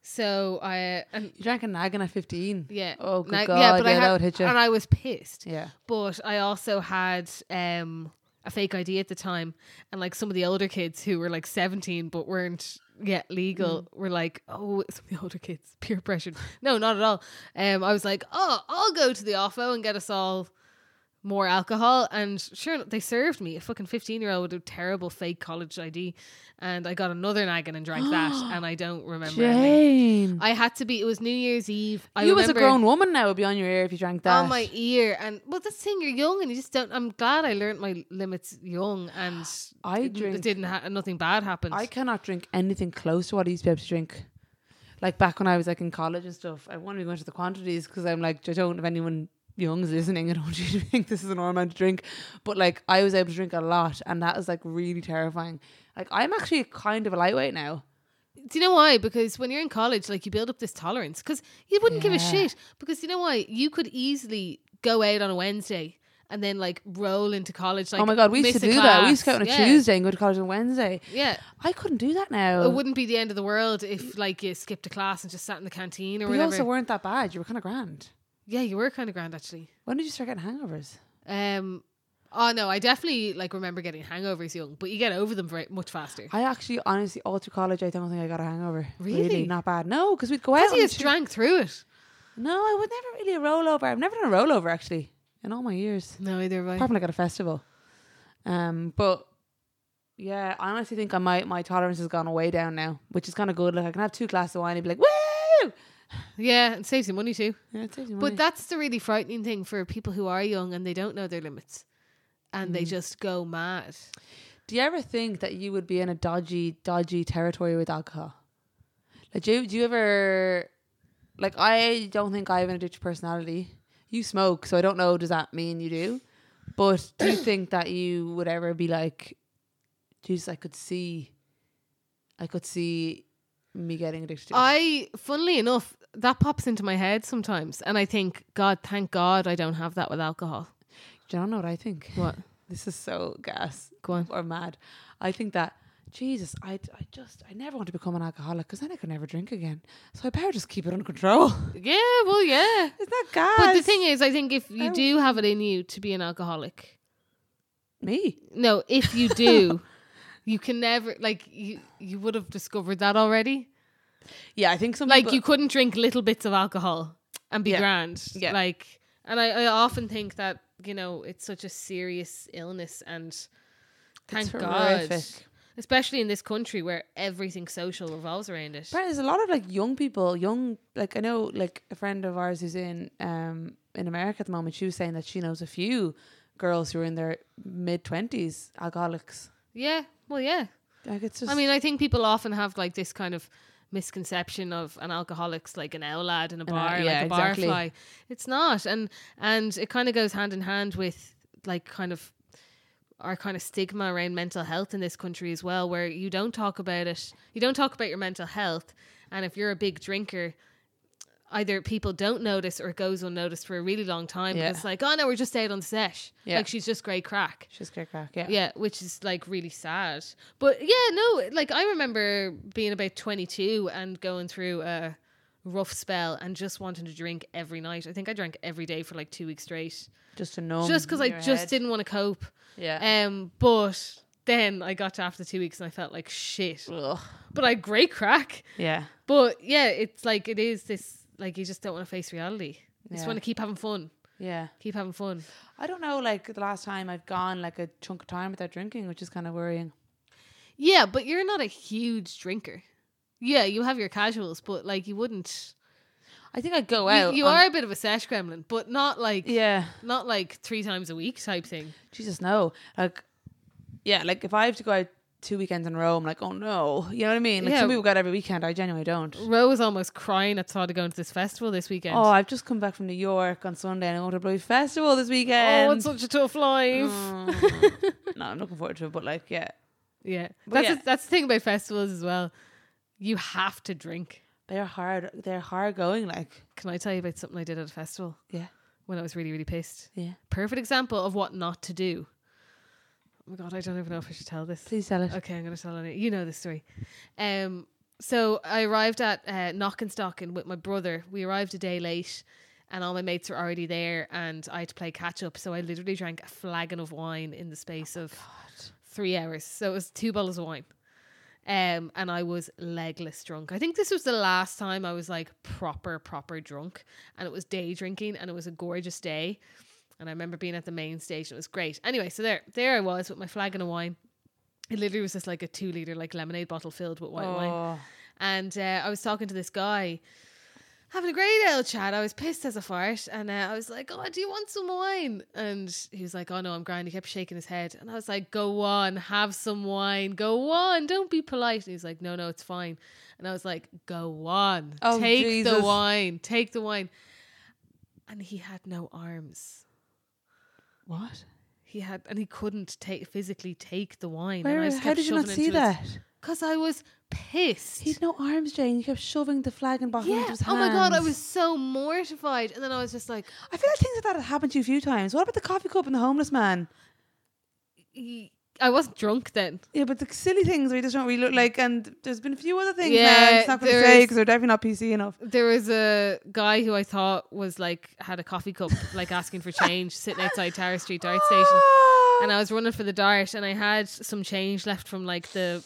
A: So I and
B: You drank a nagging at 15.
A: yeah.
B: Oh, good
A: Like,
B: God.
A: Yeah, but I
B: yeah,
A: had,
B: that would hit you.
A: and I was pissed.
B: yeah.
A: But I also had um a fake ID at the time, and like some of the older kids who were like seventeen but weren't yet
B: Mm.
A: legal were like, oh, [laughs] some of the older kids peer pressured. no, not at all. Um, I was like, oh, I'll go to the offo and get us all more alcohol and sure enough, they served me a fucking 15 year old with a terrible fake college id and i got another nagging and drank
B: [gasps]
A: that and i don't remember anything.
B: Jane.
A: I had to be. It was New Year's Eve. I
B: you was a
A: remember
B: grown woman now would be on your ear if you drank that.
A: on my ear, and well, that's the thing. You're young, and you just don't. I'm glad I learned my limits young, and
B: I
A: it,
B: drink-
A: It didn't. Ha- nothing bad happened.
B: I cannot drink anything close to what I used to be able to drink. Like back when I was like in college and stuff, I wanted to go into the quantities because I'm like, I don't if anyone young is listening, [laughs] I don't want you to think this is a normal amount to drink. But like I was able to drink a lot and that was like really terrifying. Like I'm actually kind of a lightweight now.
A: Do you know why? Because when you're in college, like you build up this tolerance, because you wouldn't give a
B: Yeah.
A: shit. Because you know why? You could easily go out on a Wednesday and then like roll into college. Like
B: oh my god, we used to
A: miss
B: do
A: a
B: that. We used to go
A: class.
B: out on a
A: Yeah.
B: Tuesday Uh, and go to college on Wednesday.
A: Yeah,
B: I couldn't do that now.
A: it wouldn't be the end of the world if like you skipped a class and just sat in the canteen or
B: but you
A: whatever.
B: also weren't that bad. You were kind of grand.
A: yeah, you were kind of grand actually.
B: When did you start getting hangovers?
A: Um. Oh no, I definitely like remember getting hangovers young, but you get over them very much faster.
B: I actually, honestly, all through college, I don't think I got a hangover.
A: Really?
B: not bad. No, because we'd go out.
A: Because you
B: on
A: just
B: Tu-
A: drank through it.
B: No, I would never really a rollover. I've never done a rollover actually in all my years.
A: No, either way.
B: Apart from like at a festival. Um, but yeah, I honestly think I might my tolerance has gone way down now, which is kind of good. Like I can have two glasses of wine and be like, woo!
A: Yeah, and saves you money too.
B: Yeah, it saves you money.
A: But that's the really frightening thing for people who are young and they don't know their limits, and they just go mad.
B: do you ever think that you would be in a dodgy, dodgy territory with alcohol? Like, do you, do you ever like? I don't think I have an addictive personality. You smoke, so I don't know. Does that mean you do? But do you think that you would ever be like, Jesus, I could see, I could see me getting addicted. to it."
A: I, funnily enough, that pops into my head sometimes, and I think, God, thank God, I don't have that with alcohol.
B: do you know what I think?
A: What?
B: This is so gas.
A: Go on.
B: or mad. I think that Jesus, I, I just I never want to become an alcoholic because then I could never drink again. So I better just keep it under control. [laughs] Isn't
A: Yeah. Well, yeah.
B: that gas?
A: But the thing is, I think if you
B: I-
A: do have it in you to be an alcoholic,
B: me,
A: No, if you
B: [laughs]
A: do, you can never like you. You would have discovered that already.
B: yeah, I think some
A: Like
B: people-
A: you couldn't drink little bits of alcohol and be
B: Yeah.
A: grand.
B: Yeah.
A: Like, and I, I often think that you know it's such a serious illness, and thank God,
B: horrific.
A: especially in this country where everything social revolves around it.
B: Apparently, there's a lot of like young people, young like I know like a friend of ours who's in um in America at the moment. She was saying that she knows a few girls who are in their mid twenties alcoholics.
A: Yeah. Well, yeah.
B: Like it's just
A: I mean, I think people often have like this kind of misconception of an alcoholic's like an owl lad in a
B: An owl-
A: bar,
B: yeah,
A: like a
B: exactly.
A: barfly. It's not, and and it kind of goes hand in hand with like kind of our kind of stigma around mental health in this country as well, where you don't talk about it, you don't talk about your mental health, and if you're a big drinker. Either people don't notice or it goes unnoticed for a really long time.
B: Yeah.
A: because It's like, oh no, we're just out on the sesh.
B: Yeah.
A: Like she's just great crack
B: she's great crack. Yeah,
A: yeah which is like really sad but yeah no like i remember being about 22 and going through a rough spell and just wanting to drink every night i think i drank every day for like two weeks straight
B: just to know.
A: just because i just didn't want to cope
B: Yeah.
A: um but then i got to after the two weeks and i felt like shit
B: Ugh.
A: but i had great crack
B: Yeah.
A: but yeah it's like it is this like you just don't want to face reality you
B: Yeah.
A: just want to keep having fun
B: Yeah.
A: keep having fun
B: I don't know, like the last time I've gone like a chunk of time without drinking, which is kind of worrying.
A: Yeah, but you're not a huge drinker. Yeah, you have your casuals, but like you wouldn't.
B: I think I'd go
A: You-
B: out.
A: you
B: on-
A: are a bit of a sesh gremlin, but not like
B: um, Yeah.
A: not like three times a week type thing.
B: Jesus, no. Like, yeah, like if I have to go out two weekends in a row, I'm like, oh no. You know what I mean? Like
A: Yeah.
B: some people go out every weekend. I genuinely don't.
A: Ro was almost crying at the thought of going to this festival this weekend.
B: Oh, I've just come back from New York on Sunday and I went to a bloody festival this weekend. [laughs]
A: Oh, it's such a tough life.
B: Mm. no, I'm looking forward to it, but like, yeah.
A: yeah,
B: But
A: that's
B: yeah.
A: The, that's the thing about festivals as well. You have to drink.
B: They're hard. They're hard going, like.
A: Can I tell you about something I did at a festival
B: Yeah.
A: when I was really really pissed?
B: Yeah.
A: Perfect example of what not to do. Oh my god, I don't even know if I should tell this.
B: Please tell it.
A: Okay, I'm gonna tell on it. You know the story. Um, so I arrived at uh, Knockandstocking with my brother. We arrived a day late, and all my mates were already there, and I had to play catch up. So I literally drank a flagon of wine in the space of three hours. So it was two bottles of wine. Um, and I was legless drunk. I think this was the last time I was like proper, proper drunk. And it was day drinking and it was a gorgeous day. And I remember being at the main stage and it was great. Anyway, so there there I was with my flagon of wine. It literally was just like a two liter like lemonade bottle filled with white wine
B: Oh.
A: and uh, I was talking to this guy, having a great old chat. I was pissed as a fart, and uh, I was like, "Oh, do you want some wine?" And he was like, "Oh no, I'm grand." He kept shaking his head, and I was like, "Go on, have some wine. Go on, don't be polite." And he's like, "No, no, it's fine." And I was like, "Go on,
B: Oh,
A: take
B: Jesus.
A: the wine, take the wine." And he had no arms.
B: What?
A: He had, and he couldn't take physically take the wine. and I
B: Where,
A: just
B: how
A: kept
B: did you not
A: shoving it
B: see
A: into his-
B: that?
A: Cause I was pissed.
B: He'd no arms, Jane. You kept shoving the flagon bottle into his hands.
A: Oh my god, I was so mortified. And then I was just like,
B: I feel like things like that have happened to you a few times. What about the coffee cup and the homeless man?
A: "Y- I wasn't drunk then.
B: Yeah, but the silly things we just don't really look like. And there's been a few other things.
A: Mm. Yeah,
B: Yeah, I'm just not going to
A: there
B: say
A: is-
B: because they're definitely not PC enough.
A: There was a guy who I thought was like had a coffee cup, like asking for change, sitting outside Tower Street Dart Station.
B: Ah,
A: And I was running for the dart, and I had some change left from like the.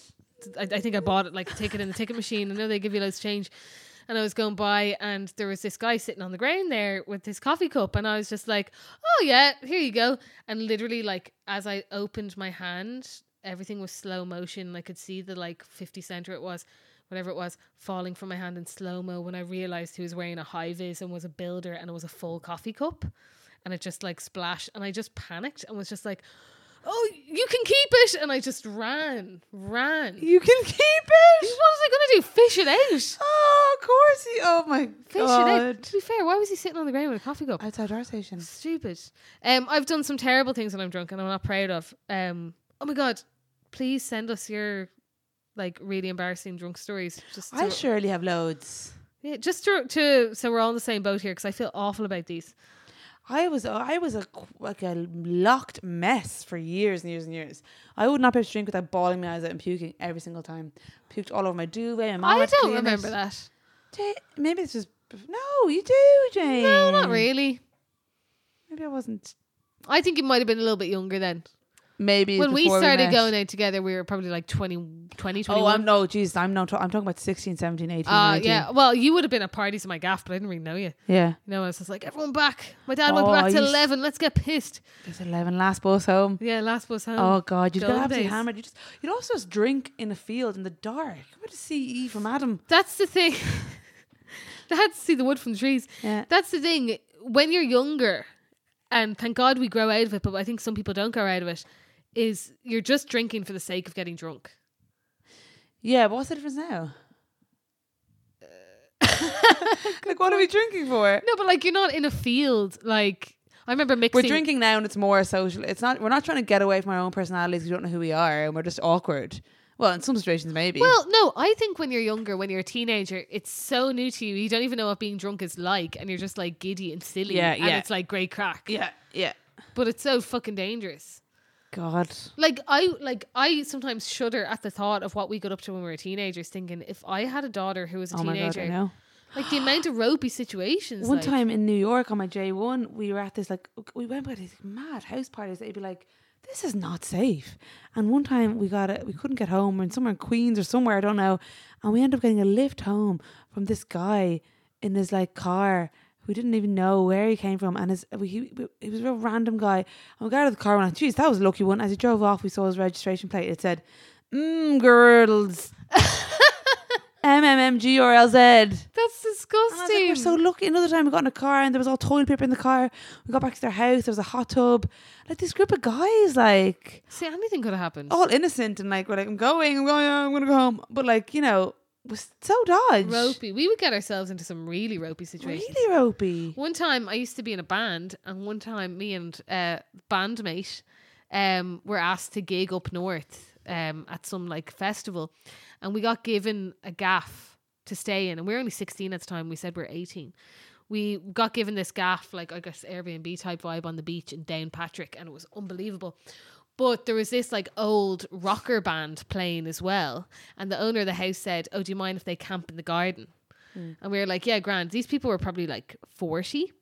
A: I, I think I bought it like a ticket in the ticket machine. I know they give you loads of change. And I was going by, and there was this guy sitting on the ground there with his coffee cup, and I was just like, "Oh yeah, here you go." And literally, like as I opened my hand, everything was slow motion. I could see the like fifty center it was, whatever it was, falling from my hand in slow mo. When I realized he was wearing a high vis and was a builder, and it was a full coffee cup, and it just like splashed, and I just panicked and was just like, "Oh, you can keep it!" And I just ran, ran.
B: You can keep it.
A: What was I gonna do? Fish it out.
B: Oh, of course. He, oh my
A: Fish it out.
B: god.
A: To be fair, why was he sitting on the ground with a coffee cup?
B: Outside our station.
A: Stupid. Um, I've done some terrible things when I'm drunk, and I'm not proud of. Um, oh my god, please send us your like really embarrassing drunk stories. Just
B: I
A: so-
B: surely have loads.
A: yeah, just to, to so we're all in the same boat here because I feel awful about these.
B: I was I was a qu- like a locked mess for years and years and years. I would not be able to drink without bawling my eyes out and puking every single time. Puked all over my duvet. My mom
A: I
B: had to
A: don't
B: clean
A: remember
B: it.
A: that.
B: Ja- Maybe it's just no. You do, Jane.
A: No, not really.
B: Maybe I wasn't.
A: I think you might have been a little bit younger then.
B: Maybe
A: When we
B: before
A: started
B: met.
A: going out together, we were probably like 20, 20
B: Oh,
A: 21.
B: I'm no. Jeez, I'm not. I'm talking about 16, 17, 18,
A: uh,
B: 19.
A: yeah. Well, you would have been at parties in my gaff, but I didn't really know you.
B: yeah.
A: You know, I was just like, everyone back. My dad went
B: Oh, I
A: back to
B: used-
A: 11. Let's get pissed.
B: It's eleven. Last bus home.
A: Yeah, last bus home.
B: Oh God, you'd get
A: Golden
B: absolutely
A: days.
B: hammered. You just, you'd also just drink in a field in the dark. What a CE from Adam.
A: That's the thing. [laughs] I had to see the wood from the trees.
B: Yeah.
A: That's the thing. When you're younger, and thank God we grow out of it, but I think some people don't grow out of it, is you're just drinking for the sake of getting drunk.
B: Yeah, but what's the difference now? [laughs] like, what are we drinking for?
A: No, but like you're not in a field. Like I remember mixing.
B: We're drinking now, and it's more social. It's not. We're not trying to get away from our own personalities. We don't know who we are, and we're just awkward. Well, in some situations, maybe.
A: Well, no, I think when you're younger, when you're a teenager, it's so new to you. You don't even know what being drunk is like, and you're just like giddy and silly.
B: Yeah,
A: And
B: yeah.
A: it's like great crack.
B: yeah, yeah.
A: But it's so fucking dangerous.
B: God,
A: Like I like I sometimes shudder at the thought of what we got up to when we were teenagers, thinking if I had a daughter who was a
B: oh my God, I
A: teenager,
B: know.
A: like the amount of ropey situations.
B: One
A: like-
B: time in New York on my J one, we were at this like we went by these mad house parties. They'd be like, "This is not safe." And one time we got it, we couldn't get home, and somewhere in Queens or somewhere I don't know, and we ended up getting a lift home from this guy in his like car. We didn't even know where he came from, and his we, he, he was a real random guy. And we got out of the car and we're like, "Geez, that was a lucky one." As he drove off, we saw his registration plate. It said, "Mmm, girdles." M M M G R L Z.
A: that's
B: And I was like,
A: disgusting.
B: we're so lucky. Another time we got in a car and there was all toilet paper in the car. We got back to their house. There was a hot tub. Like this group of guys, like
A: See, anything could have happened.
B: all innocent and like we're like, I'm going, I'm going, I'm gonna go home. But like you know, was so dodge,
A: ropey. We would get ourselves into some really ropey situations.
B: really ropey.
A: One time I used to be in a band, and one time me and uh, bandmate um, were asked to gig up north um, at some like festival, and we got given a gaff to stay in, and we were only sixteen at the time. We said we are eighteen. We got given this gaff, like I guess Airbnb type vibe on the beach in Downpatrick, and it was unbelievable. But there was this like old rocker band playing as well. And the owner of the house said, Oh, do you mind if they camp in the garden? And we were like, Yeah, grand. These people were probably like 40.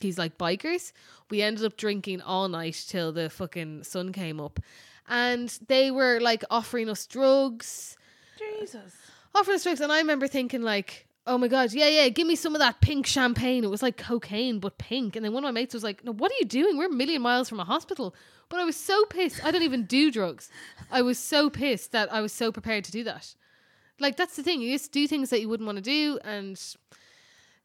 A: These like bikers. We ended up drinking all night till the fucking sun came up. And they were like offering us drugs,
B: Jesus.
A: offering us drugs. And I remember thinking, like, Oh my God, yeah, yeah, give me some of that pink champagne. It was like cocaine, but pink. And then one of my mates was like, No, what are you doing? We're a million miles from a hospital. But I was so pissed. I don't even do drugs. I was so pissed that I was so prepared to do that. Like, that's the thing. You just do things that you wouldn't want to do. And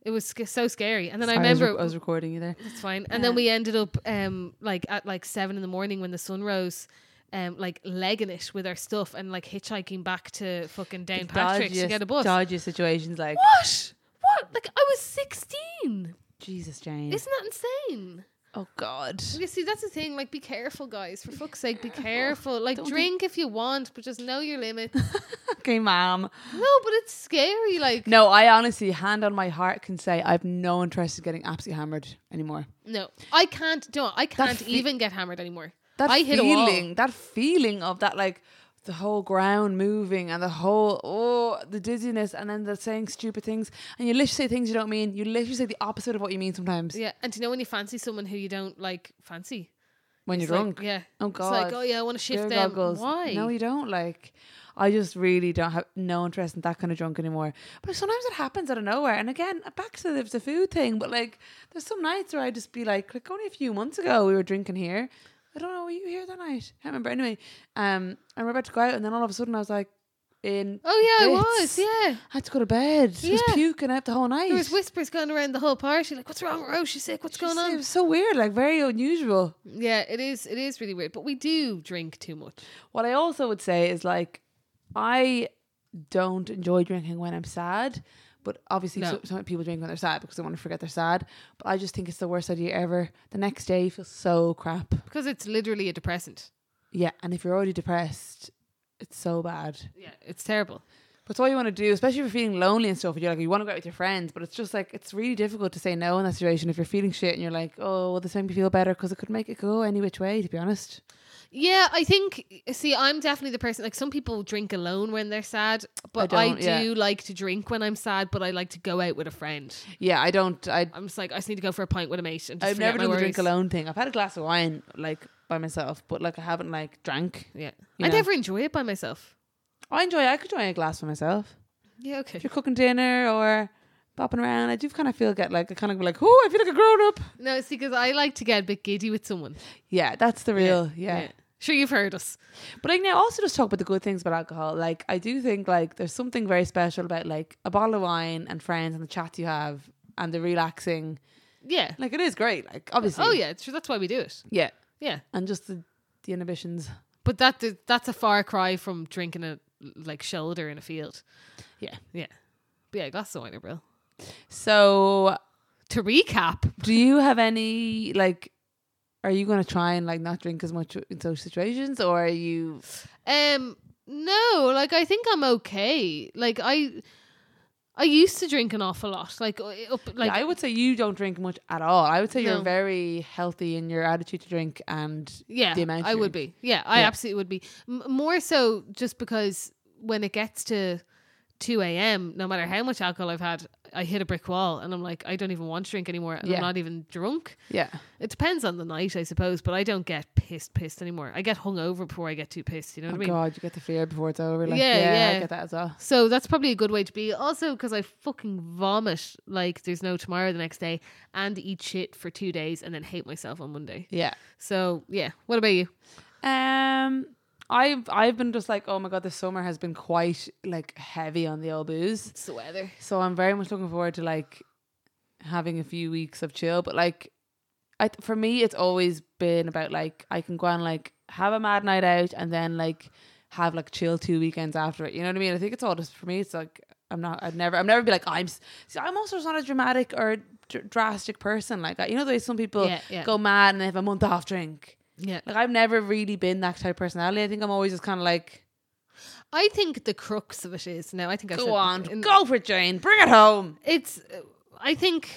A: it was sc- so scary. And then I
B: Sorry, was,
A: remember.
B: re- I was recording you there.
A: It's fine. And then we ended up um like at like seven in the morning when the sun rose, um like legging it with our stuff and like hitchhiking back to fucking Downpatrick to get a bus.
B: dodgy situations like
A: What? What? Like I was sixteen.
B: Jesus, Jane.
A: Isn't that insane?
B: oh God.
A: You see, that's the thing. Like, be careful, guys. For fuck's sake, be careful. Like, drink if you want, but just know your limits. no,
B: [laughs] Okay, ma'am.
A: but it's scary. Like,
B: No, I honestly, hand on my heart, can say I've no interest in getting absolutely hammered anymore.
A: no, I can't. No, I can't
B: fe-
A: even get hammered anymore.
B: That
A: I hit a wall.
B: feeling, that feeling of that like the whole ground moving and the whole oh the dizziness and then the saying stupid things and you literally say things you don't mean. You literally say the opposite of what you mean sometimes
A: Yeah, and do you know when you fancy someone who you don't like fancy?
B: when you're
A: It's like-
B: drunk.
A: yeah.
B: Oh,
A: It's like,
B: God.
A: oh yeah, I want to shift
B: Beer
A: them.
B: goggles.
A: Why?
B: No, you don't. Like, I just really don't have no interest in that kind of drunk anymore. But sometimes it happens out of nowhere. And again, back to the, the food thing. But like, there's some nights where I just be like, like only a few months ago we were drinking here. I don't know, were you here that night? I can't remember. Anyway, um, and we're about to go out, and then all of a sudden I was like, in.
A: oh yeah,
B: bits.
A: I was. Yeah,
B: I had to go to bed. I was
A: Yeah.
B: puking out the whole night.
A: there was whispers going around the whole party. Like, what's wrong? with her? Oh, she's sick. What's
B: Just-
A: going on?
B: It was so weird, like very unusual.
A: yeah, it is. It is really weird. But we do drink too much.
B: What I also would say is like, I don't enjoy drinking when I'm sad, but obviously
A: No.
B: so, some people drink when they're sad because they want to forget they're sad. But I just think it's the worst idea ever. The next day you feel so crap.
A: because it's literally a depressant.
B: Yeah, and if you're already depressed, it's so bad.
A: Yeah, it's terrible.
B: But it's all you want to do, especially if you're feeling lonely and stuff. You're like you want to go out with your friends, but it's just like it's really difficult to say no in that situation if you're feeling shit and you're like, oh, well, this make me feel better because it could make it go any which way. To be honest,
A: Yeah, I think. See, I'm definitely the person. Like some people drink alone when they're sad, but I,
B: don't,
A: do
B: yeah.
A: like to drink when I'm sad. But I like to go out with a friend.
B: yeah, I don't. I
A: I'm just like I just need to go for a pint with a mate and just
B: I've
A: forget
B: never
A: my
B: done the
A: worries.
B: drink alone thing. I've had a glass of wine like by myself, but like I haven't like drank.
A: Yeah,
B: You
A: I
B: know.
A: never enjoy it by myself.
B: I enjoy. I could enjoy a glass for myself.
A: Yeah, okay.
B: If you're cooking dinner or bopping around, I do kind of feel get like I kind of like, oh, I feel like a grown up.
A: No, it's because I like to get a bit giddy with someone.
B: Yeah, that's the real. yeah.
A: Sure, you've heard us.
B: But I now also just talk about the good things about alcohol. Like I do think like there's something very special about like a bottle of wine and friends and the chat you have and the relaxing.
A: Yeah.
B: Like it is great. Like obviously.
A: Oh, yeah. Sure, that's why we do it.
B: Yeah.
A: Yeah.
B: And just the, the inhibitions.
A: But that that's a far cry from drinking a like shoulder in a field.
B: Yeah.
A: Yeah. But yeah, glass of wine, bro.
B: So
A: To recap,
B: Do you have any like? Are you going to try and like not drink as much in social situations, or are you?
A: um, no, like I think I'm okay. Like I, I used to drink an awful lot. Like uh, up, like
B: Like I would say you don't drink much at all. I would say
A: No.
B: you're very healthy in your attitude to drink, and
A: Yeah,
B: the amount
A: I
B: you
A: would be. Yeah, I
B: Yeah.
A: absolutely would be. M- more so just because when it gets to 2 a.m., no matter how much alcohol I've had, I hit a brick wall and I'm like, I don't even want to drink anymore. And
B: Yeah.
A: I'm not even drunk.
B: yeah,
A: It depends on the night, I suppose, but I don't get pissed, pissed anymore. I get hungover before I get too pissed. You know
B: oh
A: what I mean?
B: god, you get the fear before it's over. Like,
A: Yeah,
B: yeah, yeah,
A: yeah.
B: I get that as well.
A: So that's probably a good way to be. Also, because I fucking vomit like there's no tomorrow the next day and eat shit for two days and then hate myself on Monday.
B: Yeah.
A: So, yeah. What about you?
B: Um, I've I've been just like, oh my god, this summer has been quite like heavy on the old booze.
A: It's the weather.
B: So I'm very much looking forward to like having a few weeks of chill. But like, I th- for me, it's always been about like I can go and like have a mad night out and then like have like chill two weekends after it. You know what I mean? I think it's all just for me. It's like I'm not. I'd never. I'd never be like "Oh, I'm. s- See, I'm also just not a dramatic or dr- drastic person like that. You know, there's some people
A: Yeah, yeah.
B: go mad and they have a month off drink.
A: Yeah.
B: Like I've never really been that type of personality. I think I'm always just kind of like,
A: I think the crux of it is now. I think I've said
B: go on,
A: in-
B: go for it, Jane, bring it home.
A: It's. I think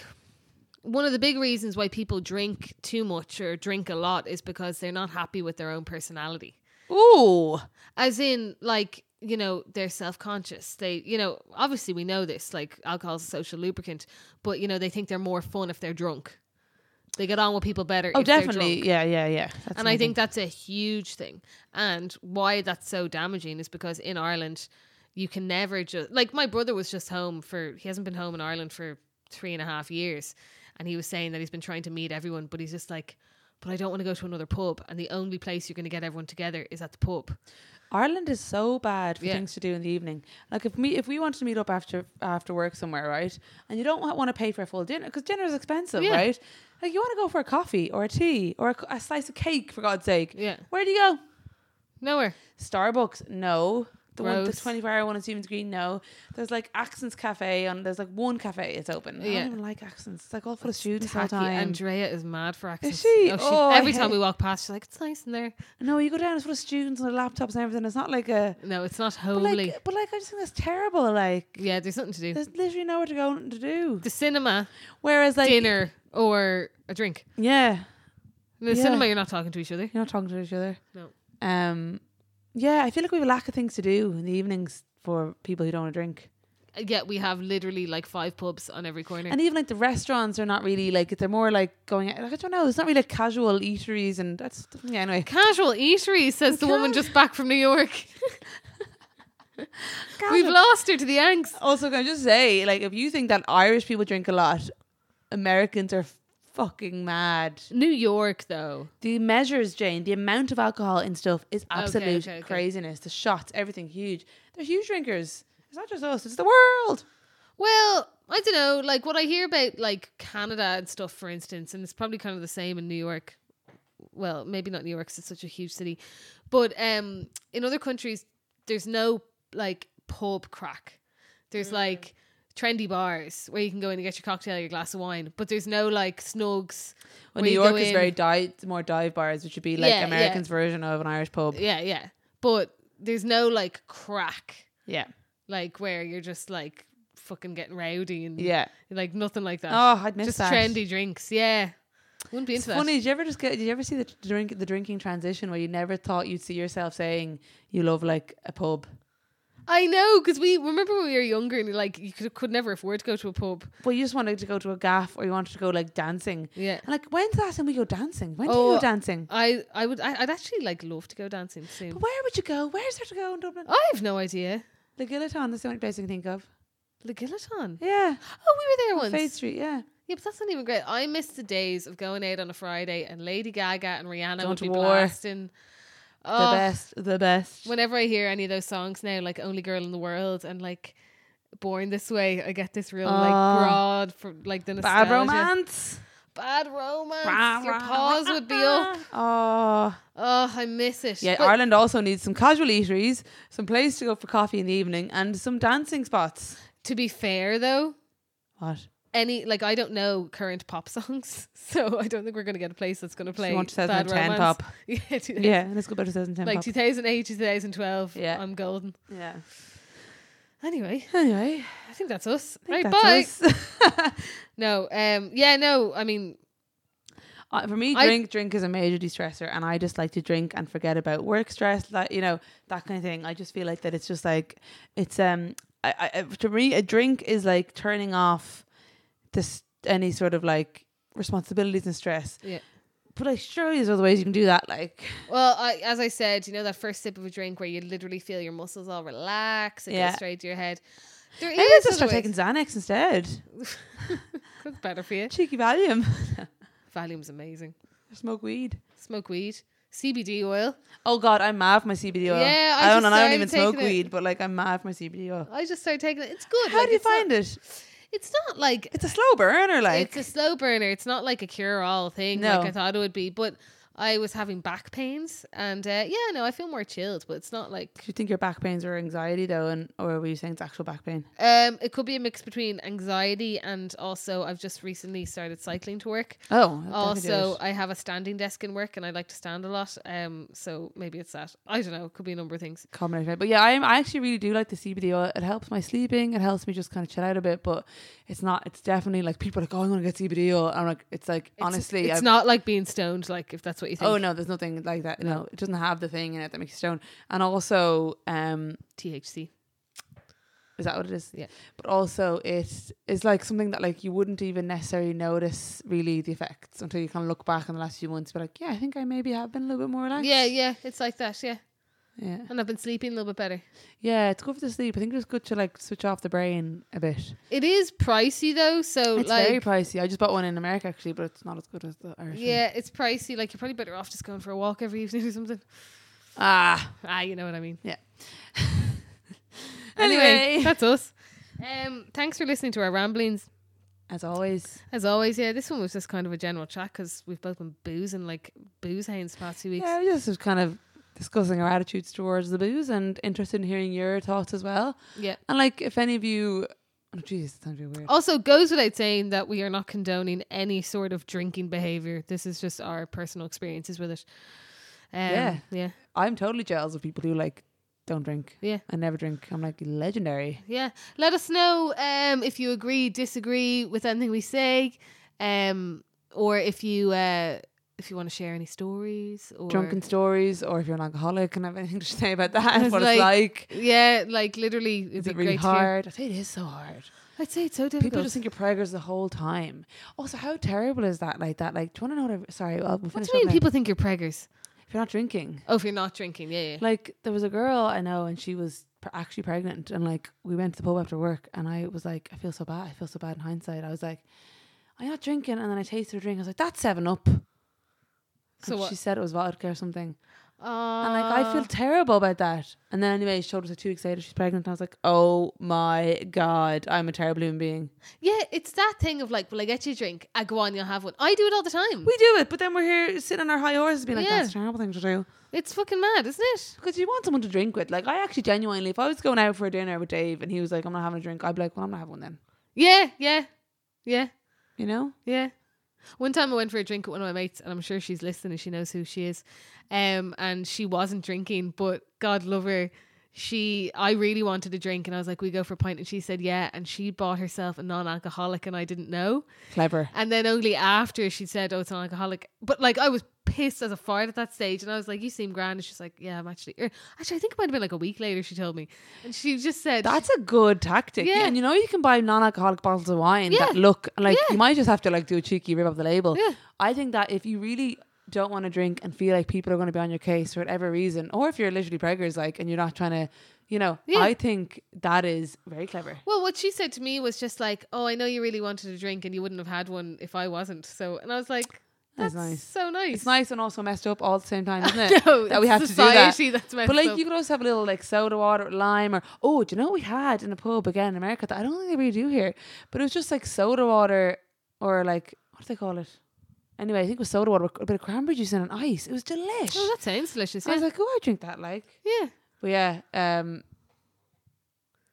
A: one of the big reasons why people drink too much or drink a lot is because they're not happy with their own personality.
B: Ooh.
A: As in, like, you know, they're self conscious. They, you know, obviously we know this, like, alcohol's a social lubricant, but, you know, they think they're more fun if they're drunk. They get on with people better.
B: Oh,
A: if they're drunk.
B: definitely. Yeah, yeah, yeah. That's
A: and I
B: amazing.
A: think that's a huge thing. And why that's so damaging is because in Ireland, you can never just like my brother was just home for he hasn't been home in Ireland for three and a half years, and he was saying that he's been trying to meet everyone, but he's just like, but I don't want to go to another pub, and the only place you're going to get everyone together is at the pub.
B: Ireland is so bad for
A: Yeah.
B: things to do in the evening. Like if me, if we wanted to meet up after after work somewhere, right? And you don't want to pay for a full dinner because dinner is expensive,
A: Yeah.
B: right? Like you want to go for a coffee or a tea or a, c- a slice of cake for God's sake.
A: Yeah,
B: Where do you go?
A: nowhere.
B: Starbucks? No. The one, the
A: Gross.
B: twenty four hour one in Stevens Green? No. There's like Accents Cafe and there's like one cafe it's open. I
A: Yeah.
B: don't even like Accents. It's like all full of students all the
A: Tacky.
B: time.
A: Andrea is mad for accents.
B: she?
A: Oh,
B: Oh, I
A: every time
B: hate-
A: we walk past, she's like, "It's nice in there."
B: no, you go down. It's full of students and laptops and everything. It's not like a.
A: No, it's not
B: But
A: holy.
B: like, but like, I just think that's terrible. Like,
A: yeah, there's something to do.
B: there's literally nowhere to go and to do.
A: The cinema,
B: Whereas like
A: dinner, or a drink.
B: Yeah.
A: In the
B: Yeah.
A: cinema, you're not talking to each other.
B: You're not talking to each other.
A: No.
B: Um yeah, I feel like we have a lack of things to do in the evenings for people who don't want to drink.
A: Uh, Yet we have literally like five pubs on every corner.
B: And even like the restaurants are not really like they're more like going out like I don't know, it's not really like casual eateries and that's yeah, anyway.
A: Casual eatery, says the woman just back from New York. We've
B: Casual-
A: lost her to the angst.
B: also can I just say, like if you think that Irish people drink a lot, Americans are fucking mad.
A: New York, though.
B: The measures, Jane, the amount of alcohol in stuff is absolute
A: okay, okay.
B: craziness. The shots, everything huge. They're huge drinkers. It's not just us, it's the world.
A: Well, I don't know. Like what I hear about like Canada and stuff, for instance, and it's probably kind of the same in New York. Well, maybe not New York 'cause it's such a huge city, but um, in other countries, there's no like pub crack. There's
B: Mm.
A: like trendy bars where you can go in and get your cocktail, your glass of wine, but there's no like snugs.
B: Well,
A: where
B: New
A: you go
B: York is
A: in-
B: very dive, more dive bars, which would be like
A: Yeah, yeah.
B: Americans' version of an Irish pub.
A: yeah, yeah, but there's no like crack,
B: Yeah,
A: like where you're just like fucking getting rowdy and
B: yeah.
A: like nothing like that.
B: Oh, I'd miss
A: just
B: that.
A: trendy drinks. Yeah, wouldn't be
B: It's
A: into that.
B: funny. Did you ever just get? Did you ever see the t- drink the drinking transition where you never thought you'd see yourself saying you love like a pub,
A: I know because we remember when we were younger and like you could, could never afford to go to a pub.
B: but you just wanted to go to a gaff or you wanted to go like dancing.
A: Yeah,
B: And like, when's the last time we go dancing? When do you
A: Oh,
B: go dancing?
A: I I would I, I'd actually like love to go dancing soon.
B: But where would you go? Where's there to go in Dublin?
A: I have no idea.
B: The Guilloton. That's the only place I can think of.
A: The Guilloton.
B: Yeah,
A: Oh, we were there once.
B: Fade Street. Yeah,
A: Yeah, but that's not even great. I miss the days of going out on a Friday and Lady Gaga and Rihanna
B: Don't
A: would be
B: war.
A: blasting. Oh,
B: the best. The best.
A: whenever I hear any of those songs now, like "Only Girl in the World" and like "Born This Way," I get this real like
B: Oh.
A: broad for like the nostalgia.
B: Bad romance.
A: Bad romance.
B: Rah,
A: Your
B: rah,
A: paws
B: rah,
A: would be up.
B: Oh.
A: Oh, I miss it.
B: Yeah,
A: But
B: Ireland also needs some casual eateries, some place to go for coffee in the evening, and some dancing spots.
A: to be fair though,
B: What?
A: any like I don't know current pop songs, [laughs] so I don't think we're gonna get a place that's gonna play
B: you want
A: Bad
B: 2010
A: Romance.
B: pop?
A: [laughs] Yeah, 2000
B: Yeah, let's go back to 2010
A: like
B: pop.
A: 2008, 2012.
B: Yeah.
A: I'm golden.
B: yeah.
A: Anyway,
B: Anyway,
A: I think that's us.
B: I think
A: right, bye.
B: that's us.
A: [laughs]
B: [laughs]
A: No, um, yeah, no. I mean,
B: Uh, For me,
A: I-
B: drink drink is a major de-stressor, and I just like to drink and forget about work stress, like you know that kind of thing. I just feel like that it's just like it's um I, I I- to me a drink is like turning off this any sort of like responsibilities and stress.
A: Yeah.
B: But like, surely there's other ways you can do that. Like,
A: Well, I, as I said, you know that first sip of a drink where you literally feel your muscles all relax, it
B: Yeah.
A: goes straight to your head. There
B: maybe I
A: is
B: just
A: other
B: start taking
A: ways.
B: Xanax instead.
A: That's better for you.
B: Cheeky Valium. [laughs]
A: Valium's amazing.
B: Smoke weed.
A: Smoke wead, CBD oil.
B: Oh God, I'm mad for my CBD oil.
A: Yeah, I
B: I, don't.
A: just
B: And I don't
A: started
B: even smoke
A: taking it.
B: weed, but like I'm mad for my CBD oil.
A: I just started taking it. It's good.
B: How
A: like,
B: do you
A: it's not-
B: find it?
A: It's not like
B: It's a slow burner. Like
A: it's a slow burner. It's not like a cure all thing
B: No.
A: like I thought it would be. But I was having back pains, and uh, yeah, no, I feel more chilled, but it's not like
B: Do you think your back pains are anxiety though, and or were you saying it's actual back pain?
A: um, it could be a mix between anxiety and also I've just recently started cycling to work.
B: Oh,
A: Also, I have a standing desk in work, and I like to stand a lot. Um, so maybe it's that. I don't know. It could be a number of things.
B: combination. But yeah, I am, I actually really do like the CBD oil. Oh, It helps my sleeping. It helps me just kind of chill out a bit. But it's not. It's definitely like people are like, oh, I'm gonna get CBD oil. I'm like, it's like
A: It's-
B: honestly,
A: it's
B: I've-
A: not like being stoned. Like if that's what you think.
B: Oh no, there's nothing like that. No, it doesn't have the thing in it that makes you stone. And also, um,
A: THC.
B: is that what it is?
A: Yeah.
B: But also, it is like something that like you wouldn't even necessarily notice really the effects until you kind of look back in the last few months. But like, yeah, I think I maybe have been a little bit more relaxed.
A: Yeah, yeah, it's like that. Yeah,
B: yeah,
A: and I've been sleeping a little bit better.
B: yeah. It's good for the sleep. I think it's good to like switch off the brain a bit.
A: It is pricey though, so
B: It's
A: like
B: very pricey. I just bought one in America actually, but it's not as good as the Irish. one.
A: yeah, it's pricey. Like you're probably better off just going for a walk every evening [laughs] or something.
B: Ah.
A: Ah, you know what I mean.
B: Yeah.
A: [laughs] Anyway,
B: Anyway.
A: that's us. Um, thanks for listening to our ramblings.
B: As always.
A: As always, yeah, this one was just kind of a general chat because we've both been boozing like booze hounds the past few weeks.
B: Yeah, we just was kind of discussing our attitudes towards the booze and interested in hearing your thoughts as well.
A: yeah.
B: And like, if any of you, oh jeez, it sounds really weird.
A: Also, goes without saying that we are not condoning any sort of drinking behavior. This is just our personal experiences with it. Um,
B: Yeah.
A: yeah,
B: I'm totally jealous of people who like don't drink.
A: Yeah.
B: I never drink. I'm like legendary.
A: yeah. Let us know um, if you agree, disagree with anything we say, um, or if you uh, if you want to share any stories or
B: Drunken stories, or if you're an alcoholic and have anything to say about that,
A: It's
B: what
A: like-
B: it's like.
A: Yeah, like literally, it'd
B: Is
A: be
B: it really
A: great to hear.
B: hard? I say it is so hard.
A: I'd say it's so
B: People
A: difficult.
B: just think you're preggers the whole time. Also, how terrible is that? Like that? Like, do you want to know what? I, sorry, well, we'll
A: what
B: finish
A: do you
B: up
A: mean
B: now.
A: people think you're preggers?
B: If you're not drinking,
A: Oh, if you're not drinking, yeah, yeah.
B: Like there was a girl I know, and she was pr- actually pregnant, and like we went to the pub after work, and I was like, I feel so bad. I feel so bad in hindsight. I was like, I'm not drinking, and then I tasted her drink. I was like, that's Seven Up.
A: so
B: and
A: what?
B: she said it was vodka or something,
A: Uh,
B: and like I feel terrible about that. And then anyway, she told us like two weeks later she's pregnant, and I was like, oh my god, I'm a terrible human being.
A: yeah, it's that thing of like, will I get you a drink? I go on, you'll have one. I do it all the time.
B: We do it, but then we're here sitting on our high horses, being like,
A: Yeah.
B: that's a terrible thing to do.
A: It's fucking mad, isn't it?
B: Because you want someone to drink with. Like, I actually genuinely, if I was going out for a dinner with Dave and he was like, I'm not having a drink, I'd be like, well, I'm not having one then.
A: Yeah, yeah, yeah,
B: You know?
A: yeah. One time I went for a drink with one of my mates, and I'm sure she's listening and she knows who she is. Um, and she wasn't drinking, but God love her. She, I really wanted a drink, and I was like, "We go for a pint," and she said, "Yeah." And she bought herself a non-alcoholic, and I didn't know.
B: Clever.
A: And then only after she said, "Oh, it's an alcoholic," but like I was pissed as a fart at that stage, and I was like, "You seem grand." And she's like, "Yeah, I'm actually." Or, actually, I think it might have been like a week later. She told me, and she just said,
B: That's a good tactic.
A: Yeah.
B: Yeah. And you know, you can buy non alcoholic bottles of wine that
A: Yeah.
B: look like
A: Yeah.
B: you might just have to like do a cheeky rip off the label.
A: Yeah.
B: I think that if you really don't want to drink and feel like people are going to be on your case for whatever reason, or if you're literally preggers, like, and you're not trying to, you know,
A: Yeah.
B: I think that is very clever.
A: Well, what she said to me was just like, "Oh, I know you really wanted a drink, and you wouldn't have had one if I wasn't." So, and I was like, "That's,
B: That's nice.
A: so nice."
B: It's nice and also messed up all at the same time,
A: [laughs]
B: isn't it?
A: no,
B: that we have to do that.
A: society that's messed
B: But like
A: up.
B: you could also have a little like soda water, with lime, or oh, do you know what we had in a pub again in America that I don't think they really do here, but it was just like soda water or like what do they call it? Anyway, I think it was soda water, with a bit of cranberry juice and an ice. It was delish.
A: oh, that sounds delicious.
B: I was
A: Yeah,
B: like, oh, I drink that. Like,
A: yeah,
B: but yeah, um,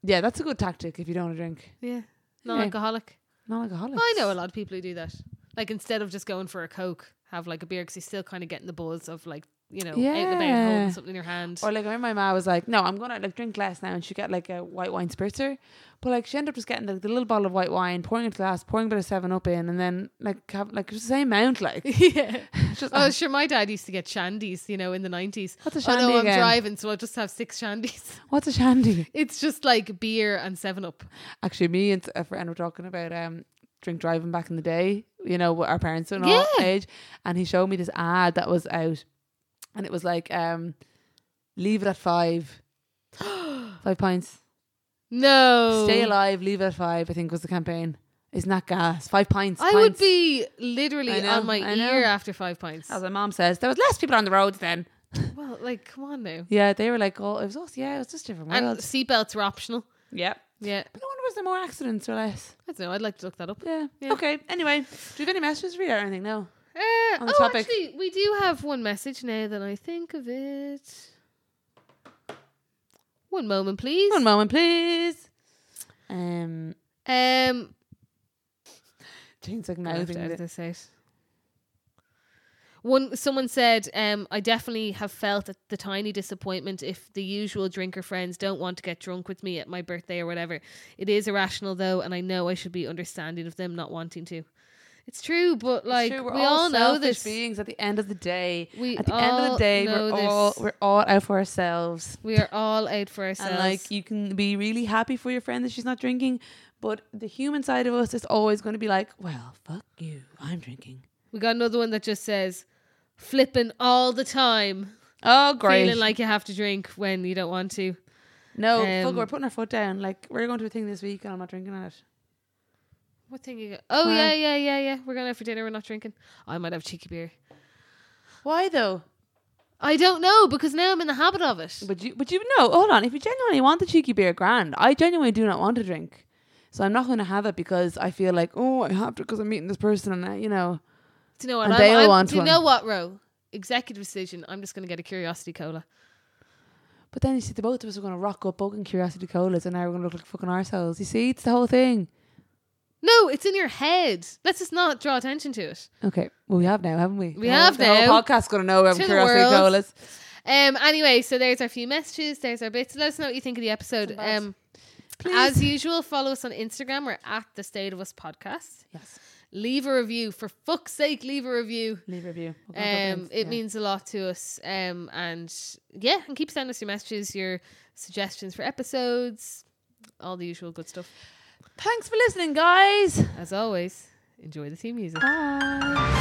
B: yeah, that's a good tactic if you don't want to drink
A: yeah. Non-alcoholic.
B: non-alcoholic.
A: I know a lot of people who do that. Like instead of just going for a coke, have like a beer because you're still kind of getting the buzz of like you know out and about
B: Yeah.
A: holding something in your hand.
B: Or like I remember my ma was like, No, I'm gonna like drink less now and she got like a white wine spritzer. But like she ended up just getting like the little bottle of white wine, pouring it into glass, pouring a bit of seven up in and then like have like it was the same amount like
A: [laughs]
B: [laughs]
A: yeah.
B: just
A: Oh, sure. My dad used to get shandies, you know, in the nineties.
B: What's a
A: oh no,
B: shandy
A: I'm
B: again?
A: driving, so I'll just have six shandies. [laughs]
B: what's a shandy?
A: It's just like beer and Seven Up.
B: Actually me and a friend were talking about um drink driving back in the day, you know, what our parents and all
A: Yeah.
B: age. And he showed me this ad that was out and it was like um leave it at
A: [gasps]
B: five. five pints.
A: No,
B: Stay alive, leave it at five, I think was the campaign. Isn't that gas? Five pints.
A: I would
B: pints.
A: be literally
B: I know,
A: on my
B: I know.
A: ear after five pints.
B: As my mom says, there was less people on the roads then.
A: Well, like, come on now.
B: Yeah, they were like, oh, it was us. Yeah, it was just different
A: And
B: world.
A: seatbelts were optional.
B: yeah.
A: Yeah,
B: But I wonder was there more accidents or less?
A: I don't know. I'd like to look that up.
B: Yeah.
A: Yeah.
B: Okay. Anyway, do you have any messages to read out or anything? No.
A: Uh,
B: On the
A: oh,
B: topic.
A: actually, we do have one message now that I think of it. One moment, please.
B: One moment, please. Um,
A: Um,
B: Jane's like
A: I have to
B: mouthing
A: edit
B: it.
A: this out. One someone said, um, I definitely have felt at the tiny disappointment if the usual drinker friends don't want to get drunk with me at my birthday or whatever. It is irrational though, and I know I should be understanding of them not wanting to. It's true, but like
B: Sure, we're
A: we
B: all
A: all, know
B: selfish
A: this.
B: beings at the end of the day.
A: We
B: at the end of the
A: all
B: day, we're
A: know this.
B: all we're all out for ourselves.
A: We are all out for ourselves.
B: [laughs] And like you can be really happy for your friend that she's not drinking, but the human side of us is always going to be like, "Well, fuck you, I'm drinking."
A: we got another one that just says flipping all the time,
B: Oh, great!
A: feeling like you have to drink when you don't want to.
B: no, fuck,
A: um,
B: we're putting our foot down. Like we're going to a thing this week, and I'm not drinking on it.
A: What thing you got? Oh
B: Wow.
A: yeah, yeah, yeah, yeah. We're going out for dinner. We're not drinking. I might have cheeky beer.
B: Why though?
A: I don't know because now I'm in the habit of it.
B: But you, but you no, hold on. If you genuinely want the cheeky beer, grand. I genuinely do not want to drink, so I'm not going to have it because I feel like, oh, I have to because I'm meeting this person, and I, you know,
A: Do you know what?
B: And
A: I'm,
B: they all
A: I'm-
B: want
A: do you
B: one.
A: know what, Ro? Executive decision. I'm just going to get a curiosity cola.
B: But then you see, the both of us are going to rock up bugging Curiosity Colas and now we're going to look like fucking ourselves. You see, it's the whole thing.
A: No, it's in your head. Let's just not draw attention to it.
B: Okay, well, we have now, haven't we?
A: We
B: The
A: have
B: whole, The
A: now.
B: whole podcast's going to know we're having
A: To the
B: Curiosity
A: world.
B: Colas.
A: Um. Anyway, so there's our few messages. There's our bits. Let us know what you think of the episode.
B: Not bad.
A: Um.
B: Please.
A: As usual, follow us on Instagram. We're at the State of Us Podcast.
B: yes,
A: Leave a review. For fuck's sake, leave a review.
B: leave a review. We'll go back
A: Um,
B: and-
A: it
B: yeah.
A: means a lot to us. Um, and yeah, and keep sending us your messages, your suggestions for episodes, all the usual good stuff.
B: Thanks for listening, guys.
A: As always, enjoy the theme music.
B: Bye.